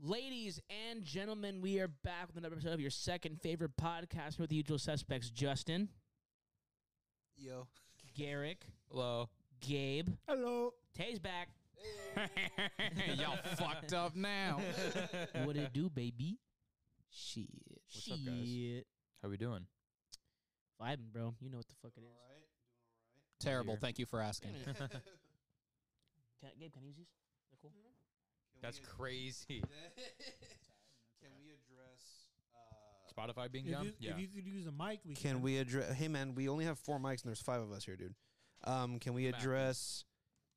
Ladies and gentlemen, we are back with another episode of your second favorite podcast with the usual suspects Justin, Yo. Garrick, Hello. Gabe. Hello. Tay's back. Y'all fucked up now. What it do, baby? Shit. What's Shit. up, guys? How we doing? Vibing, bro. You know what the fuck it is. Terrible. Terrible. Here. Thank you for asking. Wait a minute. Can I, Gabe, can I use these? They're cool. Mm-hmm. That's crazy. Can we address? Uh, Spotify being If dumb? you, if you could use a mic, we can we address? Hey man, we only have four mics and there's five of us here, dude. Um, can we Come at me. address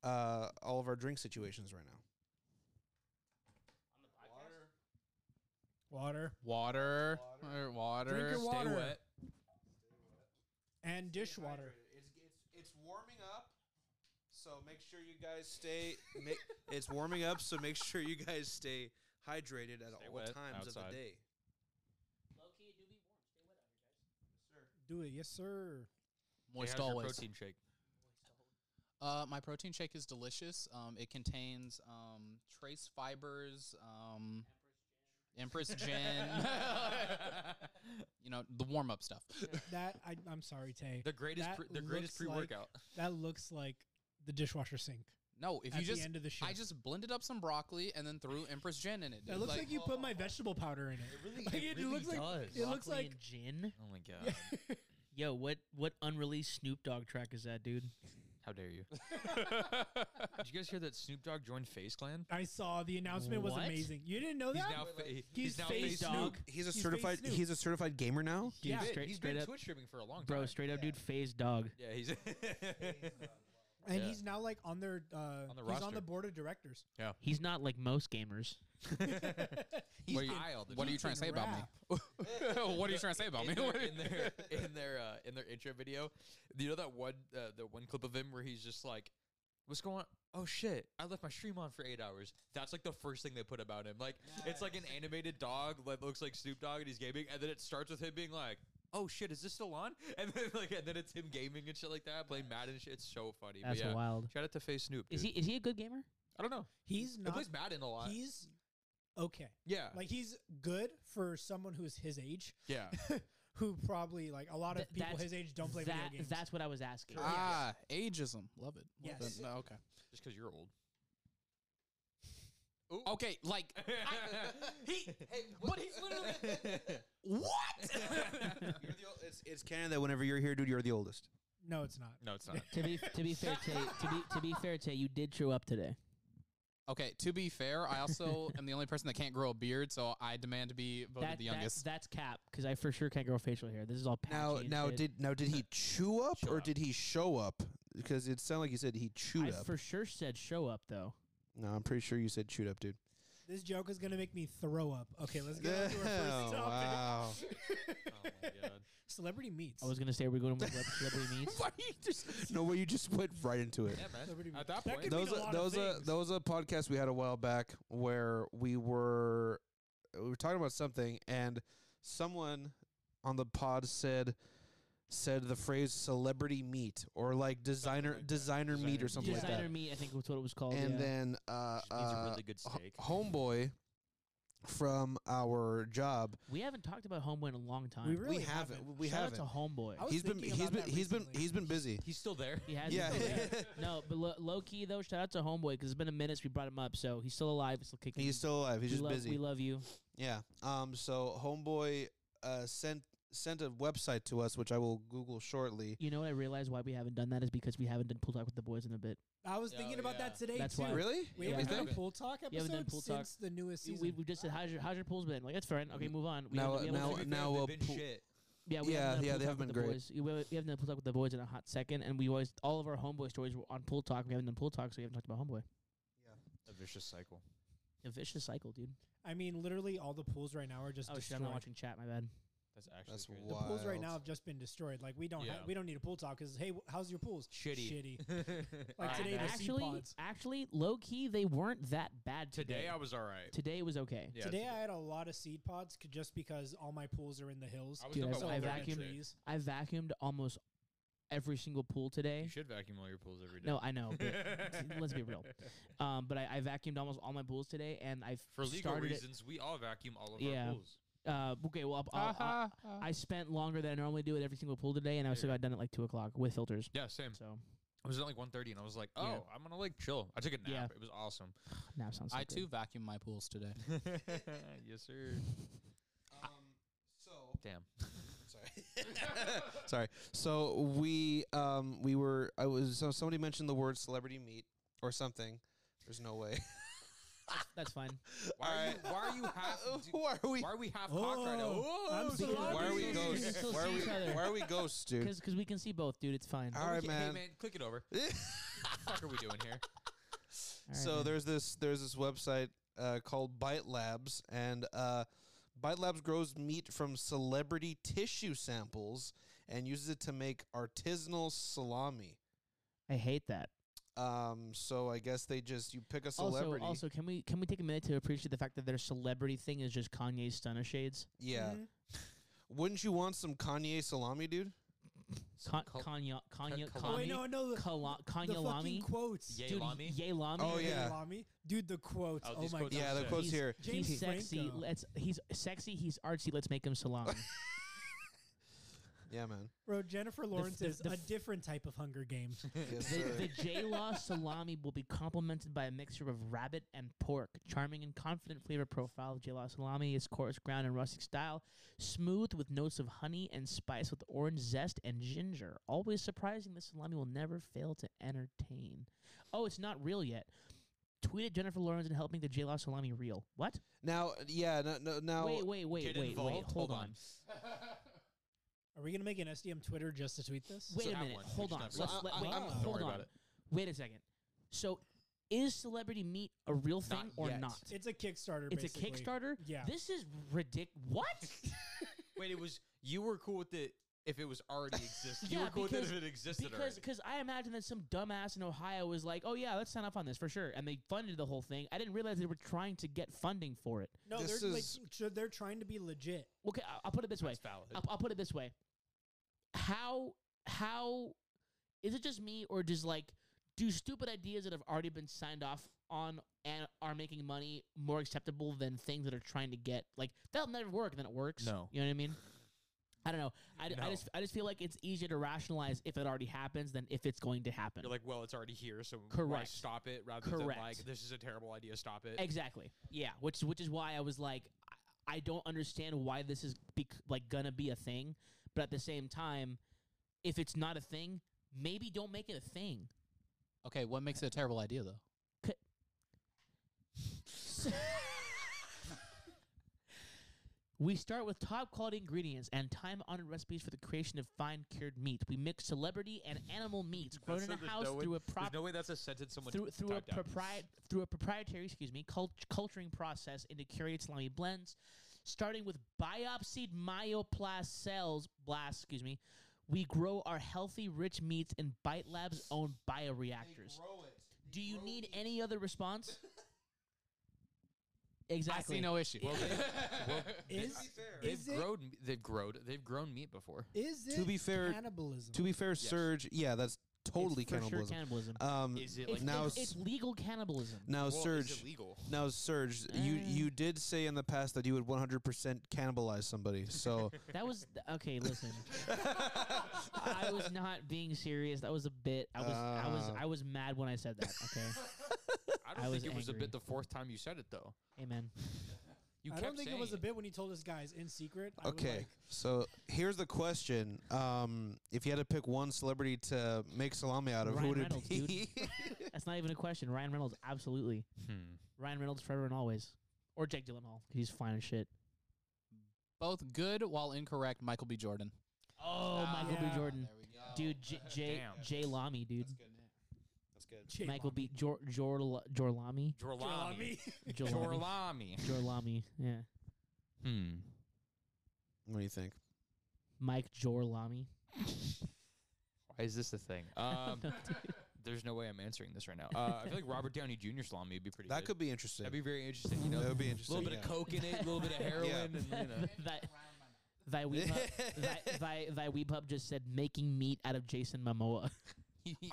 uh, all of our drink situations right now? water Water. Water. water. Drink your water. Stay wet. and dishwater. It's, it's, it's warming up, so make sure you guys stay. make, it's warming up, so make sure you guys stay hydrated at Stay all wet times of outside. the day. Do it, yes, sir. Hey, Moist how's your always. protein shake. Uh, my protein shake is delicious. Um, it contains um, trace fibers, um, Empress Gin, you know, the warm up stuff. That I, I'm sorry, Tay. the greatest That pre- the greatest looks like- pre-workout. That looks like the dishwasher sink. No, if at you the just, end of the show, I just blended up some broccoli and then threw Empress Gin in it. That dude. looks like, you put my vegetable powder in it. really, Like, it it really looks like- does. it looks Broccoli like- and gin. oh my god. Yo, what what unreleased Snoop Dogg track is that, dude? How dare you? Did you guys hear that Snoop Dogg joined Face Clan? I saw the announcement was What? amazing. You didn't know He's that? now fa- he's, Oh, He's now Face Face Dog. Snoop. He's a He's certified. Face Snoop. He's a certified gamer now. Dude, Yeah. straight, he's straight been up, Twitch streaming for a long bro, time. straight up, dude, phase dog. Yeah, he's and Yeah. he's now like on their uh, On the he's on roster. the board of directors. He's not like most gamers. He's What are you- high all the what time. are you trying to can say about me? rap. what are you trying to say about me? in their in their in their, uh, in their intro video. You know that one uh, the one clip of him where he's just like, "What's going on? Oh shit! I left my stream on for eight hours." That's like the first thing they put about him. Like it's like an animated dog that looks like Snoop Dogg and he's gaming, and then it starts with him being like. Oh shit! Is this still on? And then like, and then it's him gaming and shit like that, playing Madden. And shit. It's so funny. That's but yeah, wild. shout out to Face Snoop. Is he dude. is he a good gamer? I don't know. He's He not. plays Madden a lot. He's okay. yeah, Like he's good for someone who's his age, yeah. who probably like a lot of Th- people that's- his age don't play video That- games. That's what I was asking. Uh, ah, ageism. Love it. Love Yes. it. No, okay. Just because you're old. Okay, like he. Hey, but he's literally what? You're the ol- it's, it's canon that whenever you're here, dude, you're the oldest. no, it's not. no, it's not. Oh to be to be fair, Tay, to be to be fair, Tay, you did show up today. Okay, to be fair, I also am the only person that can't grow a beard, so I demand to be voted That- the youngest. That, that's cap because I for sure can't grow facial hair. This is all patchy Now, and now shit. did now did he chew up Show or up. did he show up? Because it sounded like you said he I chewed up. for sure said show up though. no, I'm pretty sure you said chewed up, dude. This joke is gonna make me throw up. Okay, let's get on to our Oh, first topic. wow. oh my god. Celebrity meets. I was gonna say we're going to look up celebrity meets. Why you just no way you just went right into it. Yeah, Celebrity man. meets. At that That point, could Those mean a are lot of those are things. those are podcasts we had a while back where we were we were talking about something and someone on the pod said said the phrase celebrity meat or like designer like that. designer meat Designer or something meat. like Designer that. meet, I think was what it was called. and yeah. then uh, Just needs a uh really good ho- steak. homeboy from our job. we haven't talked about homeboy in a long time. we really we haven't. haven't. We Shout haven't. out to homeboy. I was He's been thinking he's about been that he's been recently. he's been busy. He's still there. He has Yeah. been there. no, but lo- low key though, shout out to homeboy because it's been a minute since we brought him up, so he's still alive. He's still kicking. He's still alive. He's we just love, busy. We love you. Yeah. Um. So homeboy uh, sent sent a website to us, which I will Google shortly. You know what I realized why we haven't done that is because we haven't done pool talk with the boys in a bit. I was Oh, thinking about that yeah. today That's too. why. Really? We Yeah. haven't Yeah. done Yeah. a pool talk We haven't done episode pool talk. since the newest We- season. We, we just said how's your, how's your pool's been? Like that's fine. Okay, move on. We Now, haven't- we haven't now- done- now a been pool- shit. Yeah, we Yeah, haven't done yeah, Pool Talk they with have been the great. Boys. We we haven't done pool talk with the boys in a hot second, and we always all of our homeboy stories were on pool talk. We haven't done pool talk, so we haven't talked about homeboy. A vicious cycle. A vicious cycle, dude. I mean, literally all the pools right now are just Oh shit, destroyed. I'm not watching chat. My bad. That's actually That's crazy. the pools right Wild. now have just been destroyed. Like we don't ha- Yeah. we don't need a pool talk because hey, wh- how's your pools? Shitty. Shitty. Alright, Like today, man. the sea actually, pods. actually, low key, they weren't that bad today. today I was all right. Today was okay. Yeah, today I had a lot of seed pods c- just because all my pools are in the hills. I was Dude, done I- by I one they're thirty in vacuumed- today. trees. I vacuumed almost every single pool today. You should vacuum all your pools every day. No, I know. But, let's be real. um, but I, I vacuumed almost all my pools today, and I've For legal started it- reasons, we all vacuum all of Yeah. our pools. Uh, okay, well, I'll, I'll, I'll, I spent longer than I normally do at every single pool today, and I Yeah. still got done at like two o'clock with filters. Yeah, same. So I was at like 1.30 and I was like, oh, Yeah. I'm gonna like chill. I took a nap. Yeah. It was awesome. nap sounds. I so good. too vacuum my pools today. yes, sir. Um, so Damn. sorry. sorry. So we um we were I was so somebody mentioned the word celebrity meet or something. There's no way. That's fine. Why are, you, why are you half? Who are we? Why are we half cocked right now? Oh, I'm Whoa, seeing celebrity. it. Why are we Celebrities can ghosts? still Why are see we, each other. why are we ghosts, dude? Because we can see both, dude. It's fine. All right, Hey, man. Hey man, click it over. What the fuck are we doing here? All right, so man. there's this there's this website uh, called Bite Labs, and uh, Bite Labs grows meat from celebrity tissue samples and uses it to make artisanal salami. I hate that. Um, so I guess they just you pick a Also, Mm-hmm. celebrity. also, can we can we take a minute to appreciate the fact that their celebrity thing is just Kanye's stunner shades? yeah. Mhm. Wouldn't you want some Kanye salami, dude? Con- Col- Kanye, Kanye, Ka- Oh, Kanye, wait, no, no, the, Kala- the Kanye fucking Lami, quotes. Yay dude, Lami? Yay Lami. Oh, Yay yeah. Lami. dude, the quotes. Oh, Oh, these my quotes god, are Yeah, the sick. quotes He's- here. James he's sexy. Franco. Let's. He's sexy. He's artsy. Let's make him salami. Yeah, man. bro. Jennifer Lawrence the- is the a f- different type of Hunger Game. Yes, The, sir. the J Law salami will be complemented by a mixture of rabbit and pork. Charming and confident flavor profile of J Law salami is coarse ground and rustic style, smooth with notes of honey and spice with orange zest and ginger. Always surprising, this salami will never fail to entertain. Oh, it's not real yet. Tweet at Jennifer Lawrence and help make the J Law salami real. What? now, yeah, no, no, now. wait, wait, wait, Get wait, involved. wait. Hold, Hold on. on. Are we gonna make an SDM Twitter just to tweet this? Wait So a have minute. one. Hold on. Just have Let's, one. let, I'm- wait, I'm- Don't hold worry on. about it. Wait a second. So, is celebrity meat a real thing Not or yet. not? It's a Kickstarter. It's basically. a Kickstarter. Yeah. This is ridiculous. What? Wait, it was you were cool with it if it was already existing. you Yeah, were cool with it because- if it existed because because I imagine that some dumbass in Ohio was like, oh yeah, let's sign up on this for sure, and they funded the whole thing. I didn't realize they were trying to get funding for it. No, This they're is- like tr- they're trying to be legit. Okay, I- I'll put it this way. already. That's valid. I'll, I'll put it this way. How how is it just me or just like do stupid ideas that have already been signed off on and are making money more acceptable than things that are trying to get like that'll never work and then it works. No. you know what I mean. I don't know. I, d- I No. just I just feel like it's easier to rationalize if it already happens than if it's going to happen. You're like, well, it's already here, so why Correct. stop it rather than Correct. like this is a terrible idea, stop it. Exactly. Yeah, which which is why I was like, I, I don't understand why this is bec- like gonna be a thing, but at the same time, if it's not a thing, maybe don't make it a thing. Okay, what makes it a terrible idea though? We start with top quality ingredients and time honored recipes for the creation of fine cured meat. We mix celebrity and animal meats grown That's in so- a there's house no way- through a There's prop no way that's a sentence someone through through a typed out. propri- through a proprietary excuse me cult- culturing process into curated salami blends, starting with biopsied myoplast cells blast excuse me. We grow our healthy, rich meats in Bite Lab's own bioreactors. Do you need any other response? exactly. I see no issue. Well, they- well, Is They've is it grown. They've grown. They've grown meat before. is it To be fair- cannibalism? To be fair, Yes. Surge. Yeah, that's totally it's for sure cannibalism. cannibalism. um, Is it it's, like now it's, s- it's legal cannibalism. now Oh, well, Surge. It's illegal. Now Surge. you Uh. you did say in the past that you would 100% cannibalize somebody. So That was th- okay. Listen, I was not being serious. That was a bit. I was. I was. Uh. I was mad when I said that. Okay. I I don't was think it was a angry. bit the fourth time you said it though. Amen. You I kept don't think it was a saying bit when he told us guys in secret. I would okay, like- so here's the question: um, If you had to pick one celebrity to make salami out of, Ryan who would Reynolds, it dude. be? That's not even a question. Ryan Reynolds, absolutely. Hmm. Ryan Reynolds forever and always, or Jake Gyllenhaal. He's fine as shit. Both good while incorrect. Michael B. Jordan. Oh, Ah, Michael yeah. B. Jordan, There we go. dude. J J, Damn. J Lamy, dude. That's good. Jay Michael Lami. B. Jor Jor Jor Lamy. Hmm. Jorlami. Jor Lamy. Jorlami. Jor Lamy. Yeah. Hmm. What do you think? Mike Jor Lamy. Why is this a thing? Um, there's no way I'm answering this right now. Uh, I feel like Robert Downey Jr. salami would be pretty. That good. could be interesting. That'd be very interesting. You know, that would be a little interesting. bit of coke in it, a little bit of heroin, and you know. that Thy Weepub, thy, thy, thy Weepub just said making meat out of Jason Momoa.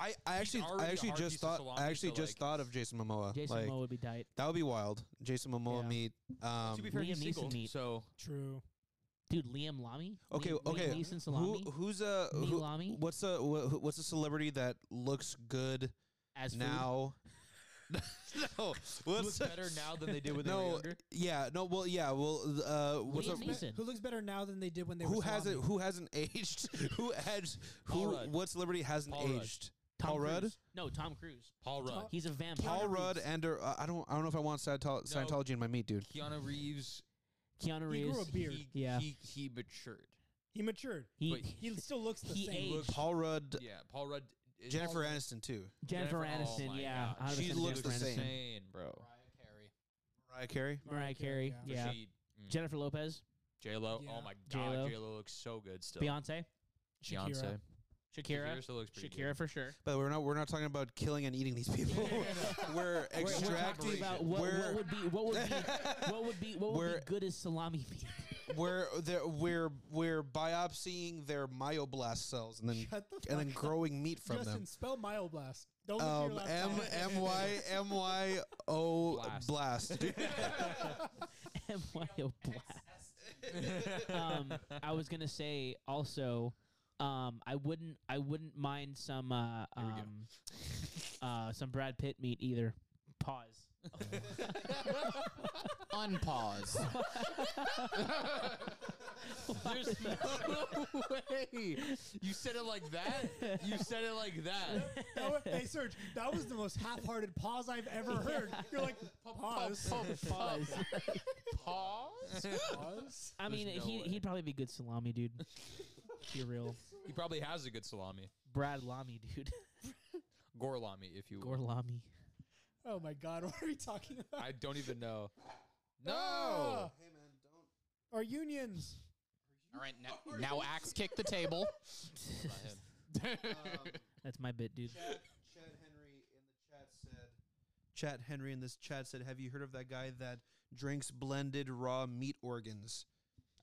I, He's I actually I already a actually hard just piece of thought salami, I actually so, just like- thought of Jason Momoa. Jason like Momoa would be tight. that would be wild. Jason Momoa Yeah. meet. Um, to be fair, Liam he's Neeson single, meat. so True. Dude, Liam Lamy? Okay, Liam, okay. Liam Neeson who Salami? who's a Meat who, Lamy? what's a wh- who- what's a celebrity that looks good As food? now? no, looks what's a- better now than they did when they were no, younger. yeah, no, well, yeah, well, th- uh, what's Liam a, Who Neeson. Who looks better now than they did when they who were hasn't salami? who hasn't aged? who has Paul who? Rudd. What celebrity hasn't Paul Rudd. aged? Tom Paul Cruise. Rudd? No, Tom Cruise. Paul Rudd, Tom- He's a vampire. Paul Keanu Rudd Reeves. and or, uh, I don't I don't know if I want Scientol- Scientology in my meat, dude. Keanu Reeves. Keanu He grew a Reeves. beard. He, Yeah. he he matured. He matured. He, but He still looks the He same. aged. Looks- Paul Rudd, Yeah, Paul Rudd. is- Jennifer Paul- Aniston too. Jennifer Aniston, oh my yeah. God. 100% She looks Jennifer the Aniston. same. insane, bro. Mariah Carey. Mariah Carey. Mariah Carey, yeah. yeah. She, mm, Jennifer Lopez, J Lo. Yeah. Oh my god, J.Lo. J Lo looks so good still. Beyonce, Shakira. Beyonce. Shakira, still looks pretty Shakira for sure. But we're not we're not talking about killing and eating these people. We're- we're we're talking extracting. Talking about what, we're what would be what would be what would be what would We're- be good as salami meat. we're they're- we're we're biopsying their myoblast cells and then Shut the fuck and then up. growing meat from Justin, them. spell myoblast. Don't Um, look at your M laptop. M Y M Y O Blast. blast. MYO blast. good. Um, I was gonna say also, um, I wouldn't I wouldn't mind some uh, Here we go. um, uh, some Brad Pitt meat either. Pause. Unpause. There's no way. You said it like that. You said it like that. That wa- hey, Serge, that was the most half-hearted pause I've ever heard. You're like, pause. Pause. Pause. Pause? I There's mean, no he way. he'd probably be good salami, dude. be real, He probably has a good salami, Brad Lamy, dude. gorlami, if you will. Gorlami. Oh my God, what are we talking about? I don't even know. Ah, No. Our unions. All right, now, now axe kick the table. Not him. Um, That's my bit, dude. Um, Henry in the chat said. Chat Henry in this chat said, "Have you heard of that guy that drinks blended raw meat organs?"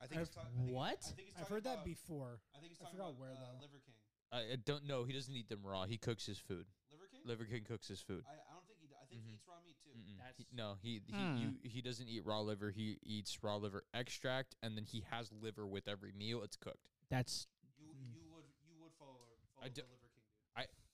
I think he's I've- talking. talk- What? I've heard that before. I think he's I talking forgot about, where, uh, though. Liver King. I I don't know. He doesn't eat them raw. He cooks his food. Liver King. Liver King cooks his food. I, I don't think he. I think Mhm. he eats raw meat too. Mm-mm. That's- He- no, he he, Hmm. you, he doesn't eat raw liver. He eats raw liver extract, and then he has liver with every meal. It's cooked. That's You Mm. you would you would follow, follow I the do- Liver King.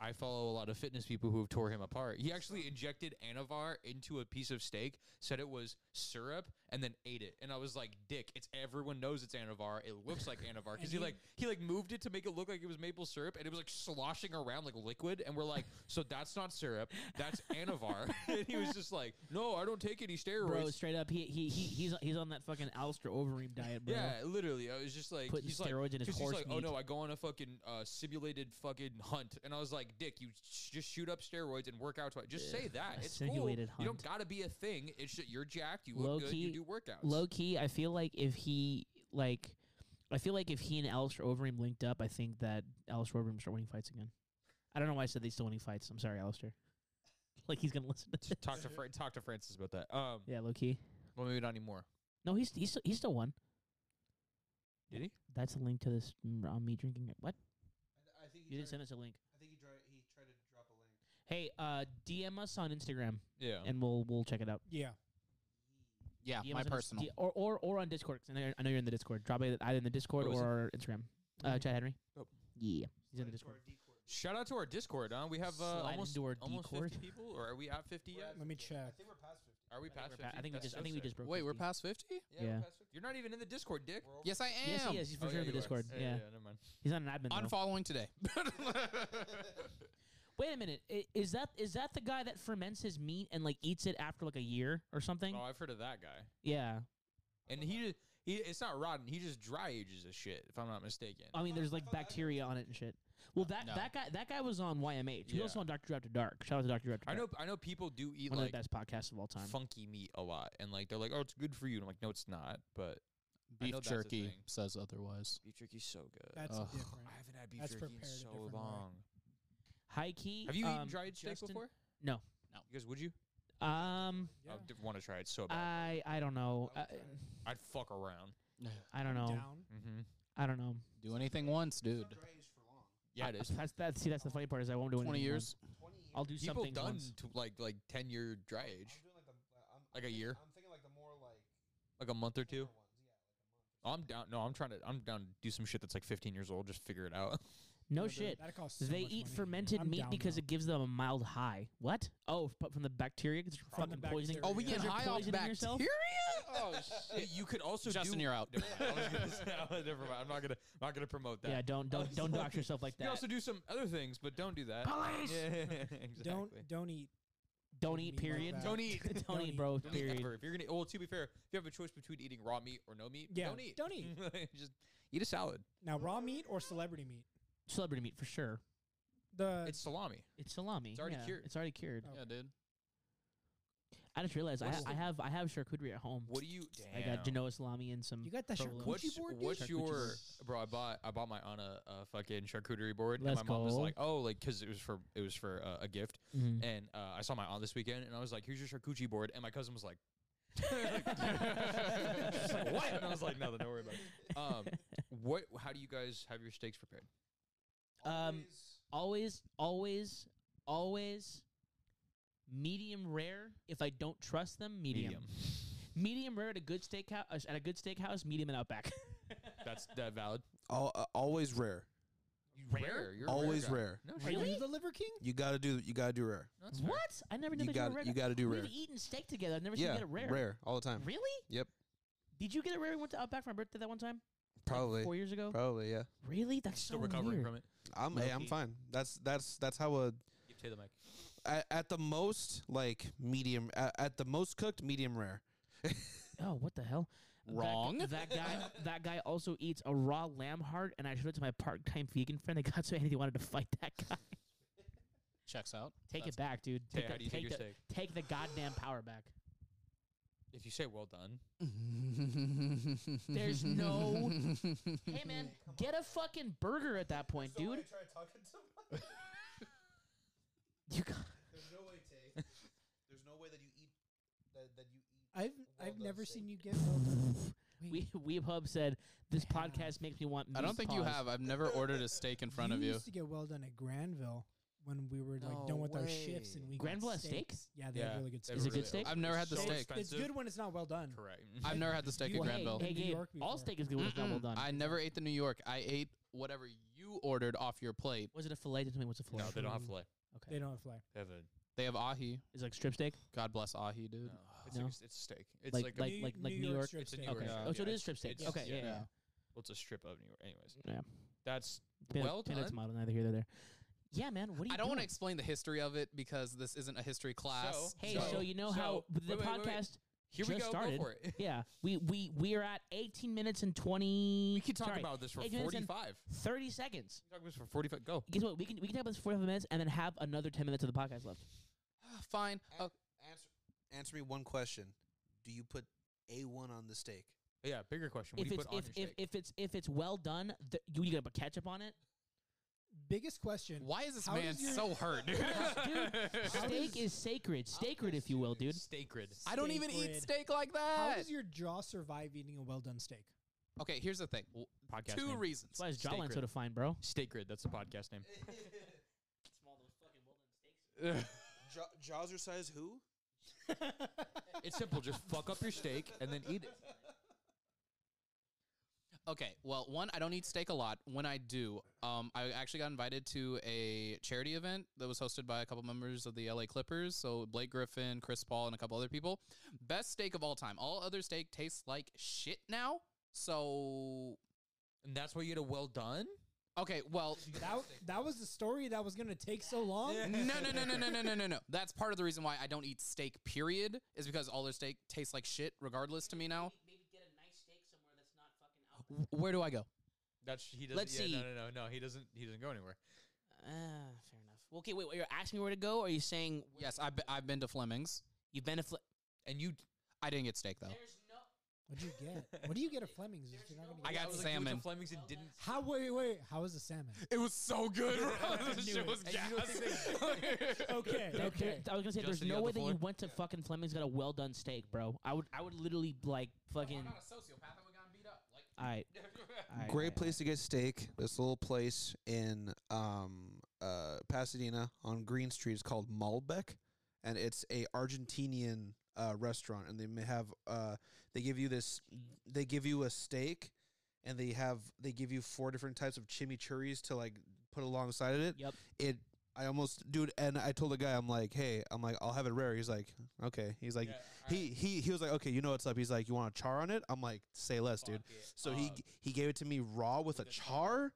I follow a lot of fitness people who have tore him apart. He actually injected Anavar into a piece of steak, said it was syrup, and then ate it. And I was like, "Dick, it's everyone knows it's Anavar. It looks like Anavar And because he he- like he like moved it to make it look like it was maple syrup, and it was like sloshing around like liquid. And we're like, so that's not syrup, that's Anavar. and he was just like, "No, I don't take any steroids. bro. Straight up, he he, he he's he's on that fucking Alistair Overeem diet, bro. Yeah, literally. I was just like, Putting he's like, steroids in his 'cause he's horse like, meat. oh no, I go on a fucking uh, simulated fucking hunt, and I was like, Dick, you sh- just shoot up steroids and work out. Twice. Just say that. a it's simulated cool. You don't hunt. gotta be a thing. It's just, you're jacked. You look Low good. key- you do workouts. Low key, I feel like if he like, I feel like if he and Alistair Overeem linked up, I think that Alistair Overeem start winning fights again. I don't know why I said they still winning fights. I'm sorry, Alistair. Like he's gonna listen to this. talk to Fra- talk to Francis about that. Um, Yeah, low key. well, maybe not anymore. No, he's he's still, he's still won. Did he? That's a link to this mm, on me drinking. it. What? I, think You didn't send us a link. I think he tried. He tried to drop a link. Hey, uh, DM us on Instagram Yeah. and we'll we'll check it out. Yeah. yeah, DM us on my Inst- personal. D- or or or on Discord. 'cause I know, you're, I know you're in the Discord. Drop it either in the Discord Oh, or is he? our Instagram. Uh, Chad Henry. Oh. Yeah, he's in the Slide Discord. into our Discord. Shout out to our Discord, huh? We have uh, Slide almost into our almost Discord. 50 people, or are we at 50 We're yet? at Let me 50. I check. think we're past fifty. Are we I past think, we're 50? pa- I think we That's just I so think we sick. just broke. Wait, we're 50. past 50? Yeah. we're past 50. You're not even in the Discord, Dick. We're over- Yes, I am. Yes, he is. He's for Oh, sure yeah, in the you are. Discord. Yeah, Yeah, yeah, never mind. he's not an admin. though. Unfollowing today. Wait a minute. I, is that is that the guy that ferments his meat and like eats it after like a year or something? Oh, I've heard of that guy. Yeah. And he ju- he it's not rotten. He just dry ages his shit, if I'm not mistaken. I mean, there's like bacteria on it and shit. Well, that no. that guy that guy was on YMH. He was also Yeah. on Doctor Drew After Dark. Shout out to Doctor Drew After I Dark. know I know people do eat one of like the best podcasts of all time. funky meat a lot, and like they're like, oh, it's good for you. And I'm like, no, it's not. But I know Beef that's a jerky thing. says otherwise. beef jerky's so good. That's Ugh. different. I haven't had beef that's jerky in prepared a so different way. long. High key. Have you um, eaten dried steak Justin- before? No. No. You guys, would you? Um, Yeah. I want to try it so bad. I I don't know. Uh, I'd fuck around. I don't know. Down. Mm-hmm. I don't know. Do anything once, dude. Yeah, I- it is. That's that's see that's the funny part is I won't do Twenty anything years. once. I'll do People something done once. to like like ten year dry age, Like a year? uh, I'm thinking like the more like like a month or two. Oh, ones, I'm down. No, I'm trying to. I'm down to do some shit that's like 15 years old. Just figure it out. No dude, shit. That costs so they much eat money. fermented I'm meat down because now. it gives them a mild high. What? Oh, but from the bacteria because you're From the fucking poisoning. bacteria. Oh, we because get you're poisoning yourself? oh shit! You could also Justin, do. you're out. Never mind. I was gonna say- I was- never mind. I'm not gonna. I'm not gonna promote that. Yeah, don't I don't was don't like- dox yourself like You can that. also do some other things, but don't do that. Police! Yeah, exactly. Don't don't eat. Don't Don't eat. eat like Period. that. Don't eat. Don't Don't eat, eat. bro. Don't eat Period. ever. If you're gonna, well, to be fair, if you have a choice between eating raw meat or no meat, Yeah, don't eat. don't eat. Just eat a salad. Now raw meat or celebrity meat? Celebrity meat for sure. The It's salami. It's salami. It's already yeah, cured. It's already cured. Oh. Yeah, dude. I just realized I, What's ha- I the- have I have charcuterie at home. What do you? I Damn. got Genoa salami and some. you got that provolone. charcuterie What's, board? dude? what's Charcuterie your board. bro? I bought I bought my Anna a fucking charcuterie board, Let's and my mom was go. like, "Oh, like because it was for it was for uh, a gift." Mhm. And uh, I saw my aunt this weekend, and I was like, "Here's your charcuterie board," and my cousin was like, She's like, "What?" And I was like, "No, then don't worry about it." Um, what? How do you guys have your steaks prepared? Um, always, always, always medium rare. If I don't trust them, medium. Medium, rare at a good steakhouse. At a good steakhouse, medium and outback. That's that valid. Al- uh, always rare. Rare. You're a always guy. rare. No, Are shit. Really? you the liver king? You gotta do. You gotta do rare. That's fair. what? I never knew You that got. you were rare. You gotta do rare. We've eaten steak together. I've never seen Yeah, you get it rare. rare all the time. Really? Yep. Did you get it rare? when We went to Outback for my birthday that one time, Probably. four years ago. Probably. Yeah. Really? That's Still so recovering weird. from it. I'm. Hey, I'm Low-key. fine. That's that's that's how a You say the mic. at, at the most like medium at, at the most cooked medium rare. Oh, what the hell? That gu- Wrong. That, guy. That guy also eats a raw lamb heart, and I showed it to my part-time vegan friend. I got so angry he wanted to fight that guy. Checks out. Take That's- it back, dude. Tay, Take, how the, do you take take, your the, steak? take the goddamn power back. If you say well done, There's no. hey, man, get a fucking burger at that point, dude. You got There's no way, Tay. There's no way that you eat that, that you eat. I've I've done never steak. seen you get well done. we. Weebhub said this podcast makes me want. I don't meat think you paws." have. I've never ordered a steak in front of you. used to get well done at Granville when we were like No done with our shifts and way. we got Granville has steak? steaks. Yeah, they have Yeah, really good steak. Is it good steak? I've never had the So steak. It's expensive. good when it's not well done. Correct. I've never had the steak Well, at hey, Granville. Hey, In New Gabe, York all before. steak is good when it's not well done. Mm-mm. I never ate the New York. I ate whatever you ordered off your plate. was it a fillet? Tell me what's a fillet. No, they don't have filet. Okay. They don't have flair. They have a. They have ahi. Is it like strip steak? God bless ahi, dude. Oh. It's, No. like a, s- it's steak. It's Like- like, like- a, like- like New York- strip It's a steak. New York Okay. Yeah. Oh, so it Yeah, is strip it's- steak. it's- Okay, yeah, yeah. yeah. yeah. well, it's a strip of New York. Anyways, Yeah. that's Peanut- well done. peanuts model, neither here nor there. Yeah, man. What do you? I don't want to doing? explain the history of it because this isn't a history class. So- Hey, so, So- you know so- how the wait, wait, podcast? wait, wait. Here we just go. started. Go for it. Yeah, we we we are at 18 minutes and 20. we could talk sorry, about this for Hey, Jason. 45. We could talk 30 seconds. about this for 45. Go. Guess what? We can we can talk about this for 45 minutes and then have another 10 minutes of the podcast left. Fine. Oh, Answer, answer me one question. Do you put a one on the steak? Yeah. Bigger question. What if do you it's put on if, your if, steak? if it's if it's well done, th- you you gonna put ketchup on it. Biggest question. why is this How man does your- so hurt? How Steak does- is sacred, sacred if you will, dude. Sacred. I don't even eat Sacred. steak like How that. does your jaw survive eating a well done steak? Okay, here's the thing. W- Podcast Two name. reasons. That's why his steak jawline's so rib. defined, bro. Sacred. That's the podcast name. Ja- jaws are size who? it's simple. Just fuck up your steak and then eat it. Okay, well, one, I don't eat steak a lot. When I do, um, I actually got invited to a charity event that was hosted by a couple members of the LA Clippers. So Blake Griffin, Chris Paul, and a couple other people. Best steak of all time. All other steak tastes like shit now. So, And that's why you get a well done. okay, well, That w- that was the story that was gonna take so long. no, no, no, no, no, no, no, no, no. That's part of the reason why I don't eat steak, period, is because all their steak tastes like shit, regardless to me now. Maybe get a nice steak somewhere that's not fucking out. W- Where do I go? That's he doesn't. Let's yeah, see. No, no, no, no. He doesn't. He doesn't go anywhere. Ah, fair enough. Well, Okay, wait, wait. You're asking me where to go, or are you saying Yes, I've, be- I've been to Fleming's. you've been a fl- And you I didn't get steak, though. There's no. What'd you get? What do you get at Fleming's? if you're not gonna I get- got was Like, you salmon. went to Fleming's and didn't. how wait wait how is the salmon? It was so good. bro. I This knew shit it. was And you don't gas. Okay, There- there- okay. I was gonna say Justin, you there's no got way the that you floor? went to fucking Fleming's got a well done steak, bro. I would I would literally like fucking I'm not a sociopath. I would gotten beat up. I, I Great place to get steak. This little place in um, uh, Pasadena on Green Street is called Malbec, and it's a Argentinian uh, restaurant. And they may have uh, they give you this they give you a steak, and they have they give you four different types of chimichurris to like put alongside of it. Yep. It I almost dude, and I told the guy I'm like, hey, I'm like I'll have it rare. He's like, okay. He's like. He, he he was like, okay, you know what's up. He's like, you want a char on it? I'm like, say less, dude. So he g- he gave it to me raw with a char.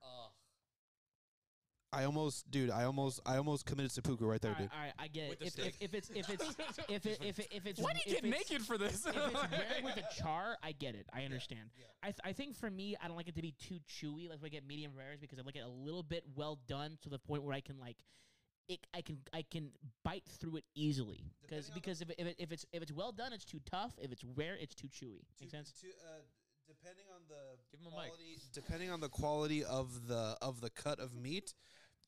I almost, dude, I almost I almost committed seppuku right there, All right, dude. all right, I get it. With the If, if, steak. if it's if it's if it, if it, if it's Why do you if get it's- naked for this? If it's rare with a char, I get it. I understand. I, th- I think for me, I don't like it to be too chewy. Like when I get medium rares because I like it a little bit well done to the point where I can like, it I can I can bite through it easily. Cause, because if, it, if, it, if it's if it's well done, it's too tough. If it's rare, it's too chewy. Make sense? uh, depending on the Give him a mic. depending on the quality of the of the cut of meat,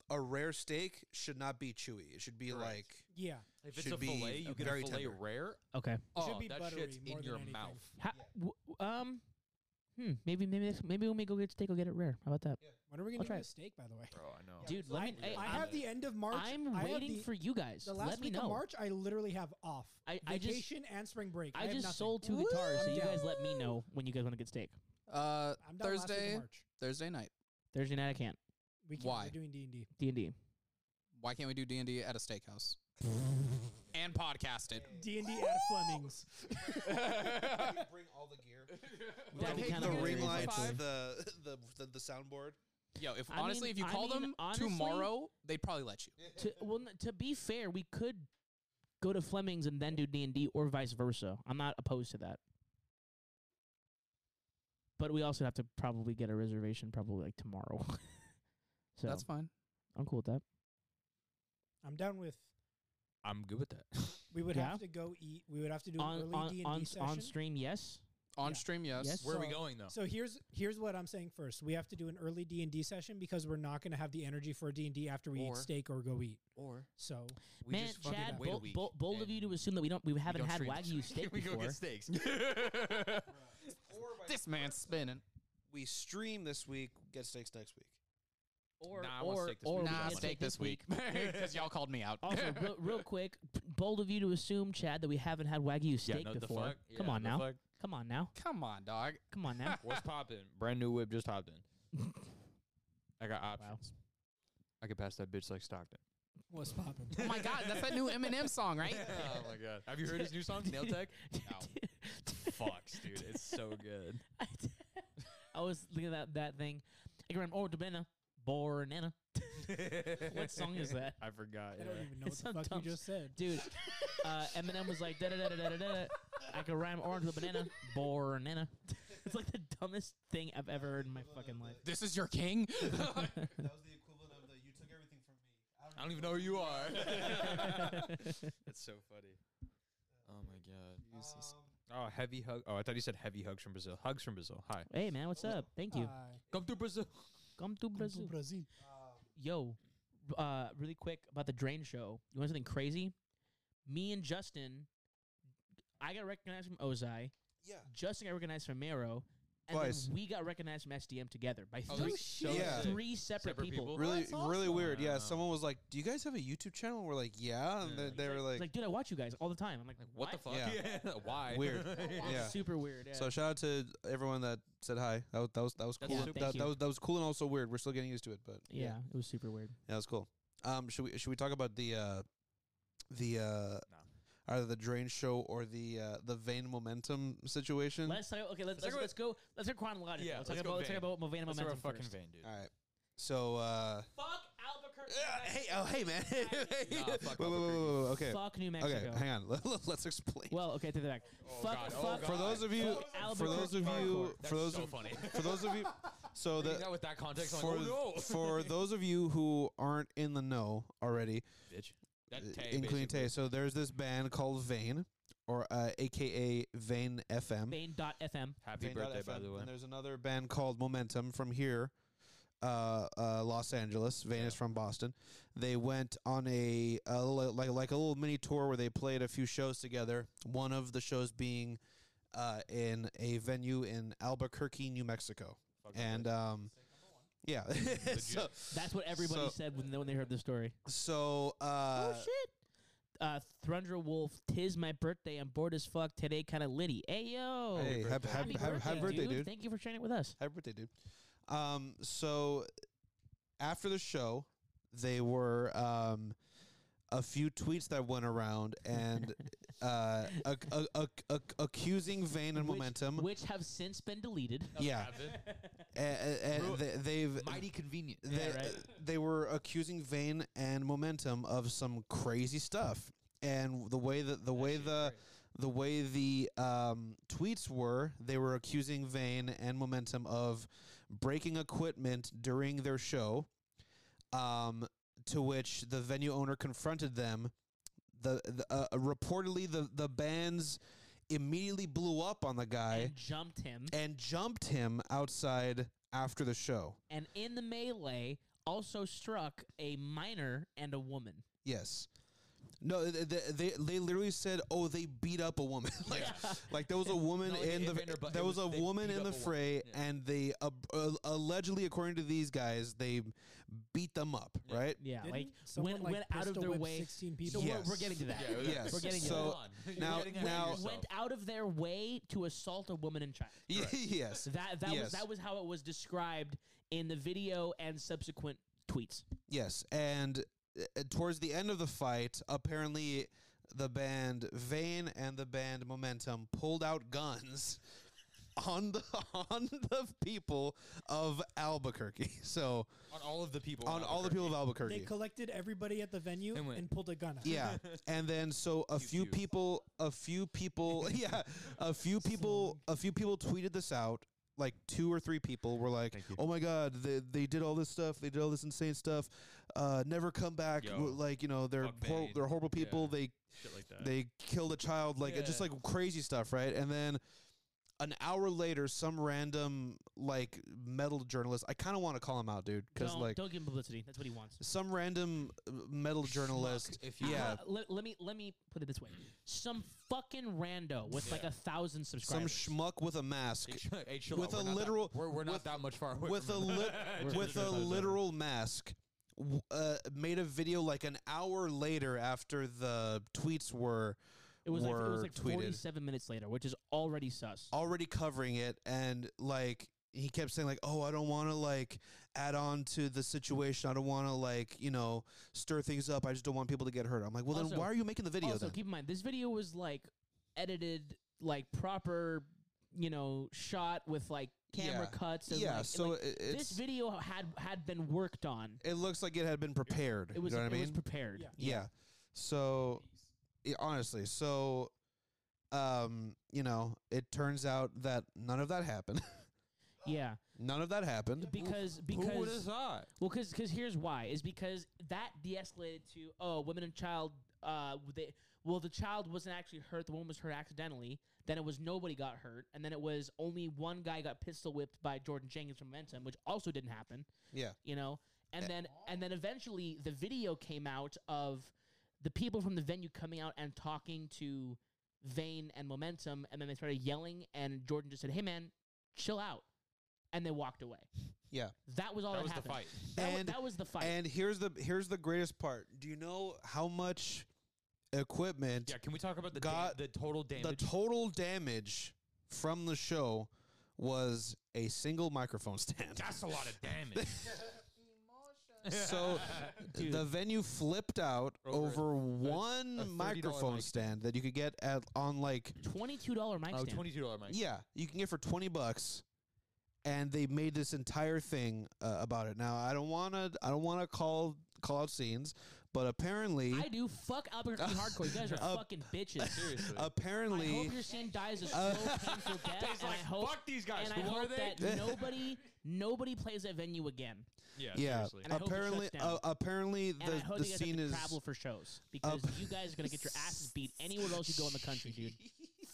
a rare steak should not be chewy. It should be Correct. like Yeah. If it's should a be fillet, you get a very fillet tender. rare. Okay. Oh, be that buttery shit's more in than your anything. mouth. Ha- w- w- um, hmm. Maybe maybe that's- maybe when we go get steak, we'll get it rare. How about that, When are we I'll gonna do try a it. steak? By the way, Bro, I know. dude? Let I, me. hey, I I'm- have the end of March. I'm I have waiting the, for you guys. The last let me week know. of March, I literally have off. I- I just- Vacation and spring break. I, have just nothing. sold two guitars, so you guys let me Woo! know when you guys want to get steak. uh, I'm down last week of Thursday, March. Thursday night. Thursday night I can't. We can't, Why? We're doing D and D. D and D. Why can't we do D and D at a steakhouse and podcast it? D and D at Fleming's. bring all the gear. That'd be Hey, kind the of kinda ring weird. lights, Five. the, the the the soundboard. Yo, if I honestly, mean- if you I call mean, them honestly- tomorrow, they'd probably let you. To, well, n- to be fair, we could go to Fleming's and then do D and D, or vice versa. I'm not opposed to that. But we also have to probably get a reservation probably like tomorrow. so That's fine. I'm cool with that. I'm down with. I'm good with that. We would Yeah. have to go eat. We would have to do an On early on D on, and D s- on session. stream, yes. On Yeah. stream, yes. Yes. Where are we So- going though? So here's here's what I'm saying first. We have to do an early D and D session because we're not going to have the energy for D and D after we Or- eat steak or go eat. Or So we Man, just fucking Chad, wait a bold, week bold, bold of and you to assume that we don't we we haven't don't had stream. wagyu steak we before. go get steaks. This man's spinning. We stream this week. Get steaks next week. Or Nah, I want or steak this or week. we Nah, get Nah, steak steak this week because y'all called me out. Also, real, real quick, p- bold of you to assume, Chad, that we haven't had wagyu Yeah, steak no, the before. fuck? Come Yeah, on the now. fuck? Come on now. Come on, dog. Come on now. What's popping? Brand new whip just hopped in. I got options. I could pass that bitch like Stockton. what's popping? Oh my god, that's that new Eminem song, right? oh my god. Have you heard his new song, Nail Tech? Fucks, dude. It's so good. I was looking at that, that thing. I can remember, oh, the banana. Banana. What song is that? I forgot. I don't even know what It's the on fuck Tom's- you just said. Dude, uh, Eminem was like, da da da da da da da. I could rhyme orange with banana. Banana. it's like the dumbest thing I've ever heard in my fucking life. This is your king. That was the equivalent of the you took everything from me. I don't even know who you are. That's so funny. Oh my god. Oh, heavy hug. Oh, I thought you said heavy hugs from Brazil. Hugs from Brazil. Hi. hey, man, what's up? Thank you. Hi. Come to Brazil. Come to Brazil. Brazil. yo, b- uh, really quick about the Drain Show. You want something crazy? Me and Justin, I got recognized from Ozai. Yeah. Justin got recognized from Mero. And Twice. then we got recognized from SDM together by Oh, three that's so Yeah. sick. three separate, Separate people. people? really, really weird. Yeah, Wow. someone was like, "Do you guys have a YouTube channel?" We're like, "Yeah," and Yeah. they, He's they were It's like, like, dude, I watch you guys all the time. I'm like, Like, what, the fuck? Yeah. Why? Weird. Yeah. Yeah. Super weird. Yeah. "So shout out to everyone that said hi. That was that was, that was That's cool. super- Thank That, you. that was that was cool and also weird. We're still getting used to it, but yeah, it was super weird. yeah, that's cool. Um, should we should we talk about the uh, the uh, either the drain show or the uh, the vein momentum situation? Let's talk, okay, let's, Let's talk let's, about- let's go. Let's go chronological. Yeah, let's, let's talk go about, let's talk Vayne. about Movana That's Momentum a fucking first. vein, dude. All right. So uh, Fuck Albuquerque. hey, oh hey, man. Nah, fuck Wait, wait, wait, wait, wait, Okay. Fuck New Mexico. Okay, hang on. Hmm? Let, us explain. Well, okay, take that back. fuck, God. Oh, fuck, God. for those of you, Fuck for those of Albuquerque you, hardcore. That's for those so of, funny. for those of you, so Reading the that with that context, I'm for like, oh no, for those of you who aren't in the know already, bitch. That uh, Tay, including basically. Tay. So there's this band called Vane, or uh, AKA Vane FM. Vane.fm. Happy Vane.fm, birthday, by the way. And there's another band called Momentum from here, uh, uh, Los Angeles. Vane is Yeah. from Boston. They went on a, a li- like like a little mini tour where they played a few shows together. One of the shows being uh, in a venue in Albuquerque, New Mexico. And um, yeah, so That's what everybody So- said when they, when they heard the story. so uh, oh shit. Uh, Thrundra Wolf, tis my birthday. I'm bored as fuck today, kind of litty. Hey yo, hey, Happy hap- birthday. hap- happy hap- Oh, happy birthday, dude. Thank you for sharing it with us. Happy birthday, dude. Um, so after the show, they were um, a few tweets that went around and uh, ac- ac- ac- ac- accusing Vane and Which- Momentum. which have since been deleted. yeah, and, Ru- they, they've Mighty convenient. they, Yeah, right. they were accusing Vane and Momentum of some crazy stuff. And the way that the way the the way the um, tweets were, they were accusing Vane and Momentum of breaking equipment during their show. Um, to which the venue owner confronted them. The, the uh, reportedly the the bands immediately blew up on the guy and jumped him. and jumped him outside after the show. and in the melee also struck a minor and a woman. Yes. No, th- th- they they literally said, "Oh, they beat up a woman." like, like there was a woman No, in it- the it ran her butt. there It was, was- a they woman beat in up the a woman. fray, Yeah. and they uh, uh, allegedly, according to these guys, they beat them up, Yeah. right? Yeah, Didn't like someone, went- like, went out of pistol their whip way- Sixteen so people. we're, Yes. we're getting to that. Yeah, it was- We're getting to So that. Hold on. You're now- getting ahead of now- yourself. Went out of their way to assault a woman and child. yes, That that Yes. was that was how it was described in the video and subsequent tweets. yes. And uh, towards the end of the fight, apparently, the band Vane and the band Momentum pulled out guns on the on the people of Albuquerque. So. on all of the people. on all the people of They Albuquerque. collected everybody at the venue And went- and pulled a gun out. yeah, and then so a Pew, few pew. people, a few people, yeah, a few people, a few people tweeted this out. Like two or three people were like, Thank you. "Oh my god, they, they did all this stuff. They did all this insane stuff. Uh, never come back. w- Yo. Like you know, they're Fuck hor- Vane. they're horrible people. Yeah. They Shit like that. they killed a child. Like it's just Yeah. like crazy stuff, right? And then an hour later, some random like metal journalist. I kind of want to call him out, dude, because Don't, like don't give him publicity. That's what he wants. some random uh, metal journalist if you yeah. Uh, let, let me let me put it this way: some fucking rando with like Yeah. a thousand some subscribers. schmuck with a mask hey, chill with out. a We're not that- literal- we're we're with- not that much far away. with from a them. lit- Just with a because of- literal mask w- uh, made a video like an hour later after the tweets were it was like, it were was like tweeted. forty-seven minutes later, which is already sus. already covering it and like he kept saying like oh i don't want to like add on to the situation i don't want to like you know stir things up i just don't want people to get hurt i'm like well Also- then why are you making the video also, then keep in mind this video was like edited, like proper, you know, shot with like camera Yeah. cuts. And, yeah like, and, so like, it, this it's video had had been worked on. it looks like it had been prepared It was you know it what i mean was prepared. Yeah. Yeah. So, yeah, honestly, so, um, you know, it turns out that none of that happened. Yeah. none of that happened. Because because Who would have thought? Well, because here's why is because that de-escalated to oh women and child uh w- they well the child wasn't actually hurt the woman was hurt accidentally then it was nobody got hurt and then it was only one guy got pistol whipped by Jordan Jenkins from Momentum which also didn't happen Yeah. you know and Eh. then and then eventually the video came out of the people from the venue coming out and talking to Vane and Momentum and then they started yelling and Jordan just said hey man chill out and they walked away Yeah. that was all that, That was the happened. fight. That, wa- And- that was the fight. And here's the here's the greatest part. Do you know how much equipment Yeah, can we talk about the Got da- the total damage? the total damage from the show was a single microphone stand? That's a lot of damage. so the venue flipped out Over a- over one a $30 microphone mic. stand that you could get at on like Twenty-two dollar mic oh, stand. twenty-two dollar mic. Yeah, you can get for twenty bucks, and they made this entire thing uh, about it. Now I don't want to. I don't want to call call out scenes, but apparently, I do. Fuck Albuquerque hardcore. You guys are Uh, fucking bitches. Seriously. I apparently, hope your sin dies a Uh, slow, painful death. He's and like, I hope, fuck these guys. and I Who are hope they? that nobody, nobody plays that venue again. yeah, seriously. And I hope it apparently, shuts uh, down. apparently And I the hope the you guys have scene to is travel for shows because you guys are gonna get your asses beat anywhere else you go in the country, dude.